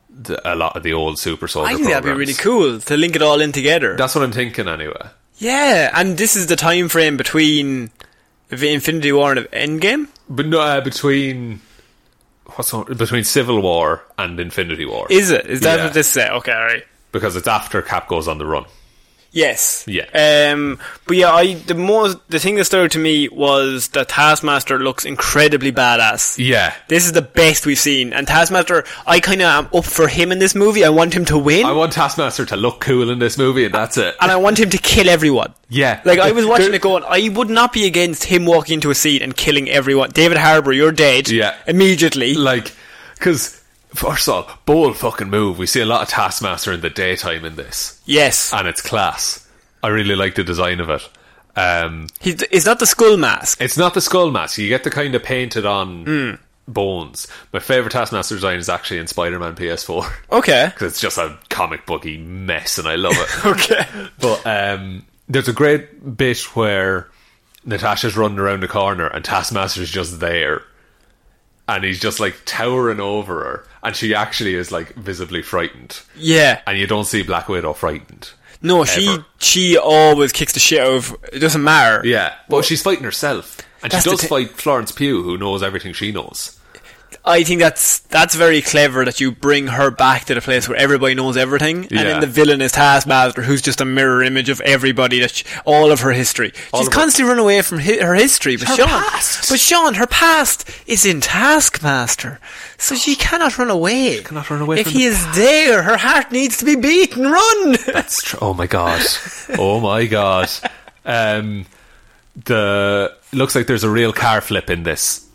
S2: the, a lot of the old super soldier.
S1: I think that'd be
S2: programs.
S1: really cool to link it all in together.
S2: That's what I'm thinking anyway.
S1: yeah, and this is the time frame between the Infinity War and Endgame.
S2: But no, uh, between what's on, between Civil War and Infinity War
S1: Is it? Is that
S2: Yeah.
S1: what this said? Okay, all right.
S2: because it's after Cap goes on the run.
S1: Yes.
S2: Yeah.
S1: Um. But yeah, I the most the thing that stood out to me was that Taskmaster looks incredibly badass.
S2: Yeah,
S1: This is the best we've seen, and Taskmaster, I kind of am up for him in this movie. I want him to win,
S2: I want Taskmaster to look cool in this movie, and that's it.
S1: and I want him to kill everyone.
S2: Yeah.
S1: Like I was watching
S2: There-
S1: it going, I would not be against him walking into a scene and killing everyone. David Harbour, you're dead.
S2: Yeah.
S1: Immediately.
S2: like because first of all bold fucking move we see a lot of taskmaster in the daytime in this
S1: yes.
S2: and it's class i really like the design of it um,
S1: He, it's not the skull mask.
S2: it's not the skull mask you get the kind of painted on bones my favourite taskmaster design is actually in spider-man ps4
S1: Okay.
S2: because it's just a comic booky mess and i love it
S1: Okay.
S2: But um, there's a great bit where Natasha's running around the corner and Taskmaster's just there. And he's just like towering over her. And she actually is like visibly frightened.
S1: Yeah.
S2: And you don't see Black Widow frightened.
S1: No, she
S2: Ever.
S1: she always kicks the shit out of. It doesn't matter.
S2: Yeah. But she's fighting herself. And she
S1: That's the
S2: does
S1: thi-
S2: fight Florence Pugh, who knows everything she knows.
S1: I think that's that's very clever that you bring her back to the place where everybody knows everything, and
S2: Yeah.
S1: then the villain is Taskmaster, who's just a mirror image of everybody that she, all of her history. She's
S2: of her-
S1: constantly running away from hi- her history, but
S2: Her
S1: Sean,
S2: past.
S1: but Sean, her past is in Taskmaster, so she cannot run away.
S2: Oh. cannot run away
S1: If
S2: from
S1: he
S2: the
S1: is there, her heart needs to be beaten. Run.
S2: That's tr- oh my god. Oh my god. Um, the looks like there's a real car flip in this.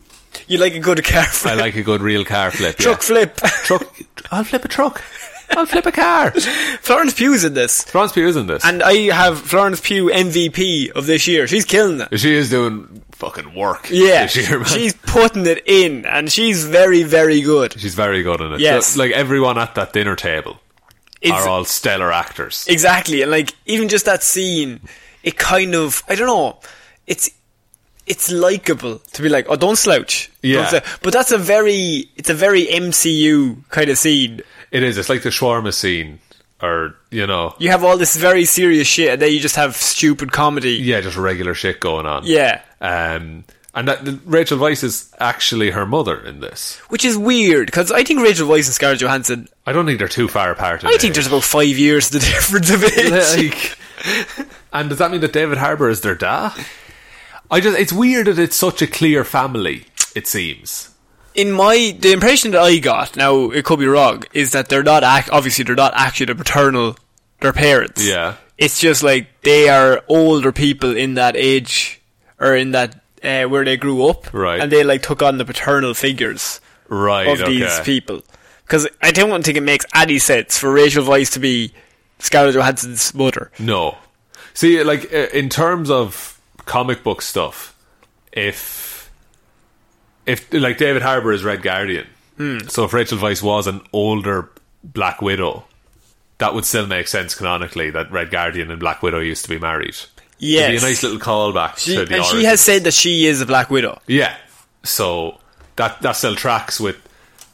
S1: you like a good car flip,
S2: I like a good real car flip. yeah.
S1: truck flip.
S2: truck. I'll flip a truck. I'll flip a car.
S1: Florence Pugh's in this.
S2: Florence Pugh is in this,
S1: And I have Florence Pugh MVP of this year. She's killing it.
S2: she is doing fucking work.
S1: Yeah,
S2: this year, man.
S1: she's putting it in, and she's very, very good.
S2: she's very good in it.
S1: Yes.
S2: So, like everyone at that dinner table
S1: It's
S2: are all stellar actors.
S1: exactly, and like even just that scene, it kind of I don't know, it's it's likable to be like, oh, don't slouch, Don't
S2: Yeah.
S1: slou-" But that's a very it's a very MCU kind of scene.
S2: it is. It's like the shawarma scene, or you know,
S1: You have all this very serious shit, and then you just have stupid comedy.
S2: yeah, just regular shit going on.
S1: Yeah.
S2: Um, and that Rachel Weisz is actually her mother in this.
S1: Which is weird because I think Rachel Weisz and Scarlett Johansson.
S2: I don't think they're too far apart. In
S1: I think
S2: age.
S1: there's about five years the difference of age.
S2: like, and does that mean that David Harbour is their dad? I just, it's weird that it's such a clear family. It seems.
S1: in my the impression that I got now it could be wrong is that they're not ac- obviously they're not actually the paternal their parents
S2: Yeah.
S1: it's just like they are older people in that age or in that uh, where they grew up
S2: Right.
S1: and they like took on the paternal figures
S2: Right.
S1: of these people because I don't think it makes any sense for Rachel Weisz to be Scarlett Johansson's mother
S2: No. See, like uh, in terms of comic book stuff, if if like David Harbour is Red Guardian,
S1: Hmm.
S2: so if Rachel Weisz was an older Black Widow, that would still make sense canonically that Red Guardian and Black Widow used to be married.
S1: yes
S2: It'd be a nice little callback
S1: she,
S2: to the
S1: and she
S2: origin.
S1: has said that she is a Black Widow
S2: Yeah. So that that still tracks with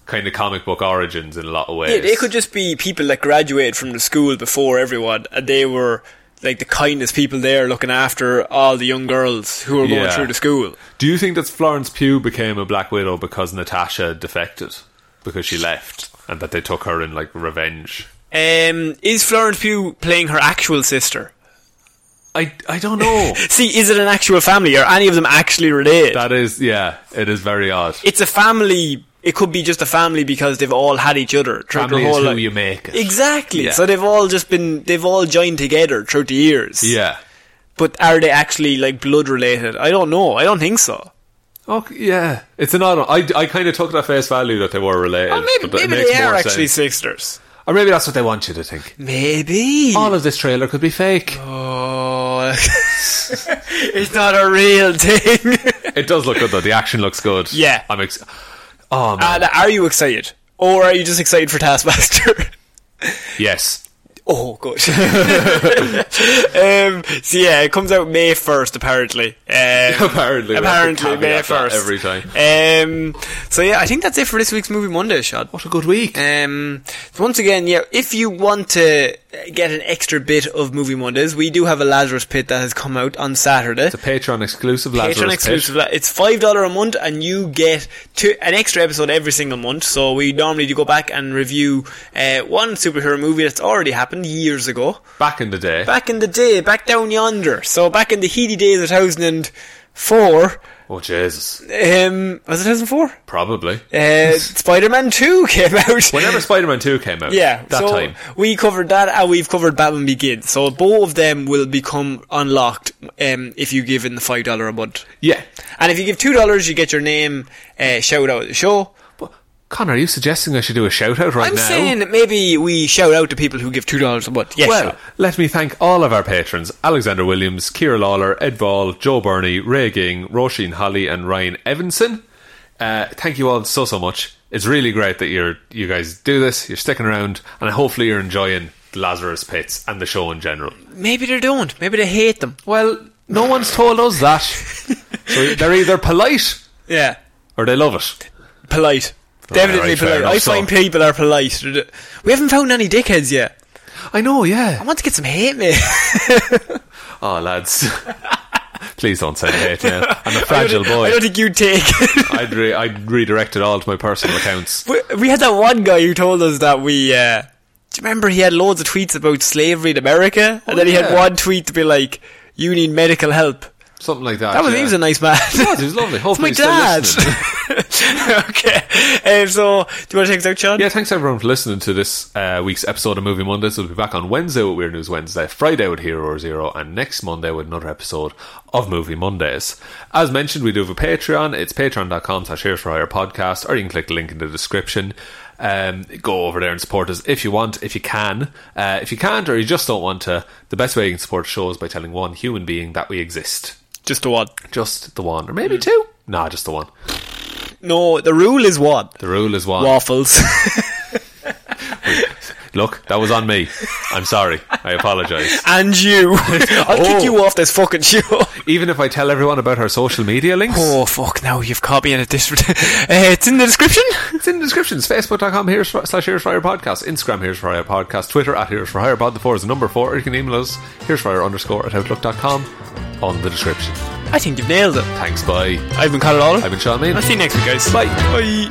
S2: kind of comic book origins in a lot of ways.
S1: Yeah, they could just be people that graduated from the school before everyone, and they were like the kindest people there, looking after all the young girls who were going
S2: Yeah.
S1: through the school.
S2: Do you think that Florence Pugh became a Black Widow because Natasha defected? Because she left and that they took her in like revenge?
S1: Um, is Florence Pugh playing her actual sister?
S2: I, I don't know.
S1: See, is it an actual family? Are any of them actually related?
S2: that is yeah, it is very odd.
S1: it's a family. It could be just a family because they've all had each other throughout
S2: Family
S1: their
S2: is
S1: whole
S2: who
S1: life.
S2: you make it.
S1: Exactly.
S2: Yeah.
S1: So they've all just been they've all joined together throughout the years.
S2: Yeah.
S1: But are they actually like blood related? I don't know. I don't think so.
S2: Okay, yeah. It's an odd one. I, I kind of took it at face value that they were related.
S1: Or maybe,
S2: but that- it
S1: maybe
S2: makes
S1: they are
S2: more
S1: actually
S2: sense.
S1: sisters.
S2: Or maybe that's what they want you to think.
S1: Maybe.
S2: All of this trailer could be fake.
S1: oh, it's not a real thing.
S2: It does look good though. The action looks good.
S1: Yeah.
S2: I'm ex- Oh man.
S1: and are you excited? Or are you just excited for Taskmaster?
S2: Yes.
S1: Oh, good. um, so yeah, it comes out May first, apparently. Um,
S2: Apparently, we have to
S1: apparently May
S2: caveat that
S1: first.
S2: every time.
S1: Um, so yeah, I think that's it for this week's movie Monday, Shad.
S2: What a good week.
S1: Um, so once again, yeah, if you want to get an extra bit of Movie Mondays, we do have a Lazarus Pit that has come out on Saturday.
S2: The Patreon exclusive Lazarus
S1: Patreon
S2: Pit.
S1: exclusive. la- It's five dollar a month, and you get two, an extra episode every single month. So we normally do go back and review uh, one superhero movie that's already happened years ago,
S2: Back in the day.
S1: back in the day, back down yonder. So back in the heady days of 2004,
S2: Oh Jesus.
S1: um, was it 2004?
S2: Probably.
S1: Uh, Spider-Man 2 came out.
S2: Whenever Spider-Man Two came out.
S1: Yeah,
S2: That
S1: so
S2: time.
S1: we covered that, and we've covered Batman Begins. So both of them will become unlocked um, if you give in the five dollar a month.
S2: Yeah.
S1: And if you give two dollars, you get your name uh, shout out at the show.
S2: But Connor, are you suggesting I should do a shout out right
S1: I'm
S2: now?
S1: saying that maybe we shout out to people who give two dollars a month. Yes,
S2: well,
S1: sure.
S2: let me thank all of our patrons Alexander Williams, Kira Lawler, Ed Ball, Joe Burney, Ray Ging, Roisin Holly, and Ryan Evanson. Uh, thank you all so, so much. It's really great that you're, you guys do this, you're sticking around, and hopefully you're enjoying the Lazarus Pits and the show in general.
S1: maybe they don't. Maybe they hate them.
S2: Well, no one's told us that. so they're either polite
S1: Yeah,
S2: or they love it.
S1: polite. Definitely
S2: right, fair
S1: polite.
S2: enough,
S1: I
S2: so-
S1: find people are polite. We haven't found any dickheads yet.
S2: I know, yeah.
S1: I want to get some hate mail.
S2: Oh, lads. Please don't send hate mail. I'm a fragile boy.
S1: I don't think you'd take.
S2: I'd, re- I'd redirect it all to my personal accounts.
S1: We- we had that one guy who told us that we. Uh, do you remember he had loads of tweets about slavery in America, and then he had
S2: Oh, yeah.
S1: one tweet to be like, "You need medical help."
S2: Something like that.
S1: That was
S2: yeah.
S1: he was a nice man.
S2: he was lovely. Hopefully
S1: it's
S2: he's still
S1: my dad. okay, um, so do you want to take us out, Sean?
S2: Yeah, thanks everyone for listening to this uh, week's episode of Movie Mondays. We'll be back on Wednesday with Weird News Wednesday, Friday with Hero or Zero, and next Monday with another episode of Movie Mondays. As mentioned, we do have a Patreon. It's patreon.com slash Here's for Hire podcast, or you can click the link in the description. Um, go over there and support us if you want, if you can. Uh, if you can't or you just don't want to, the best way you can support shows by telling one human being that we exist.
S1: Just the one.
S2: Just the one, or maybe
S1: Mm.
S2: two. Nah, just the one.
S1: No, the rule is one.
S2: The rule is one.
S1: Waffles.
S2: Look, that was on me. I'm sorry. I apologise.
S1: and you. I'll
S2: Oh.
S1: kick you off this fucking show.
S2: Even if I tell everyone about our social media links,
S1: Oh, fuck, now you've caught me in a dis- uh, It's in the description.
S2: it's in the descriptions. Facebook.com here's for, slash Here's for Hire Podcast, Instagram Here's for Hire Podcast, Twitter at Here's for Hire Pod, the four is the number four, or you can email us Here's for Hire underscore at Outlook.com on the description.
S1: I think you've nailed it.
S2: Thanks, bye.
S1: I've been Conor Lawler.
S2: I've been Sean Mean.
S1: I'll see you next week, guys.
S2: Bye.
S1: Bye.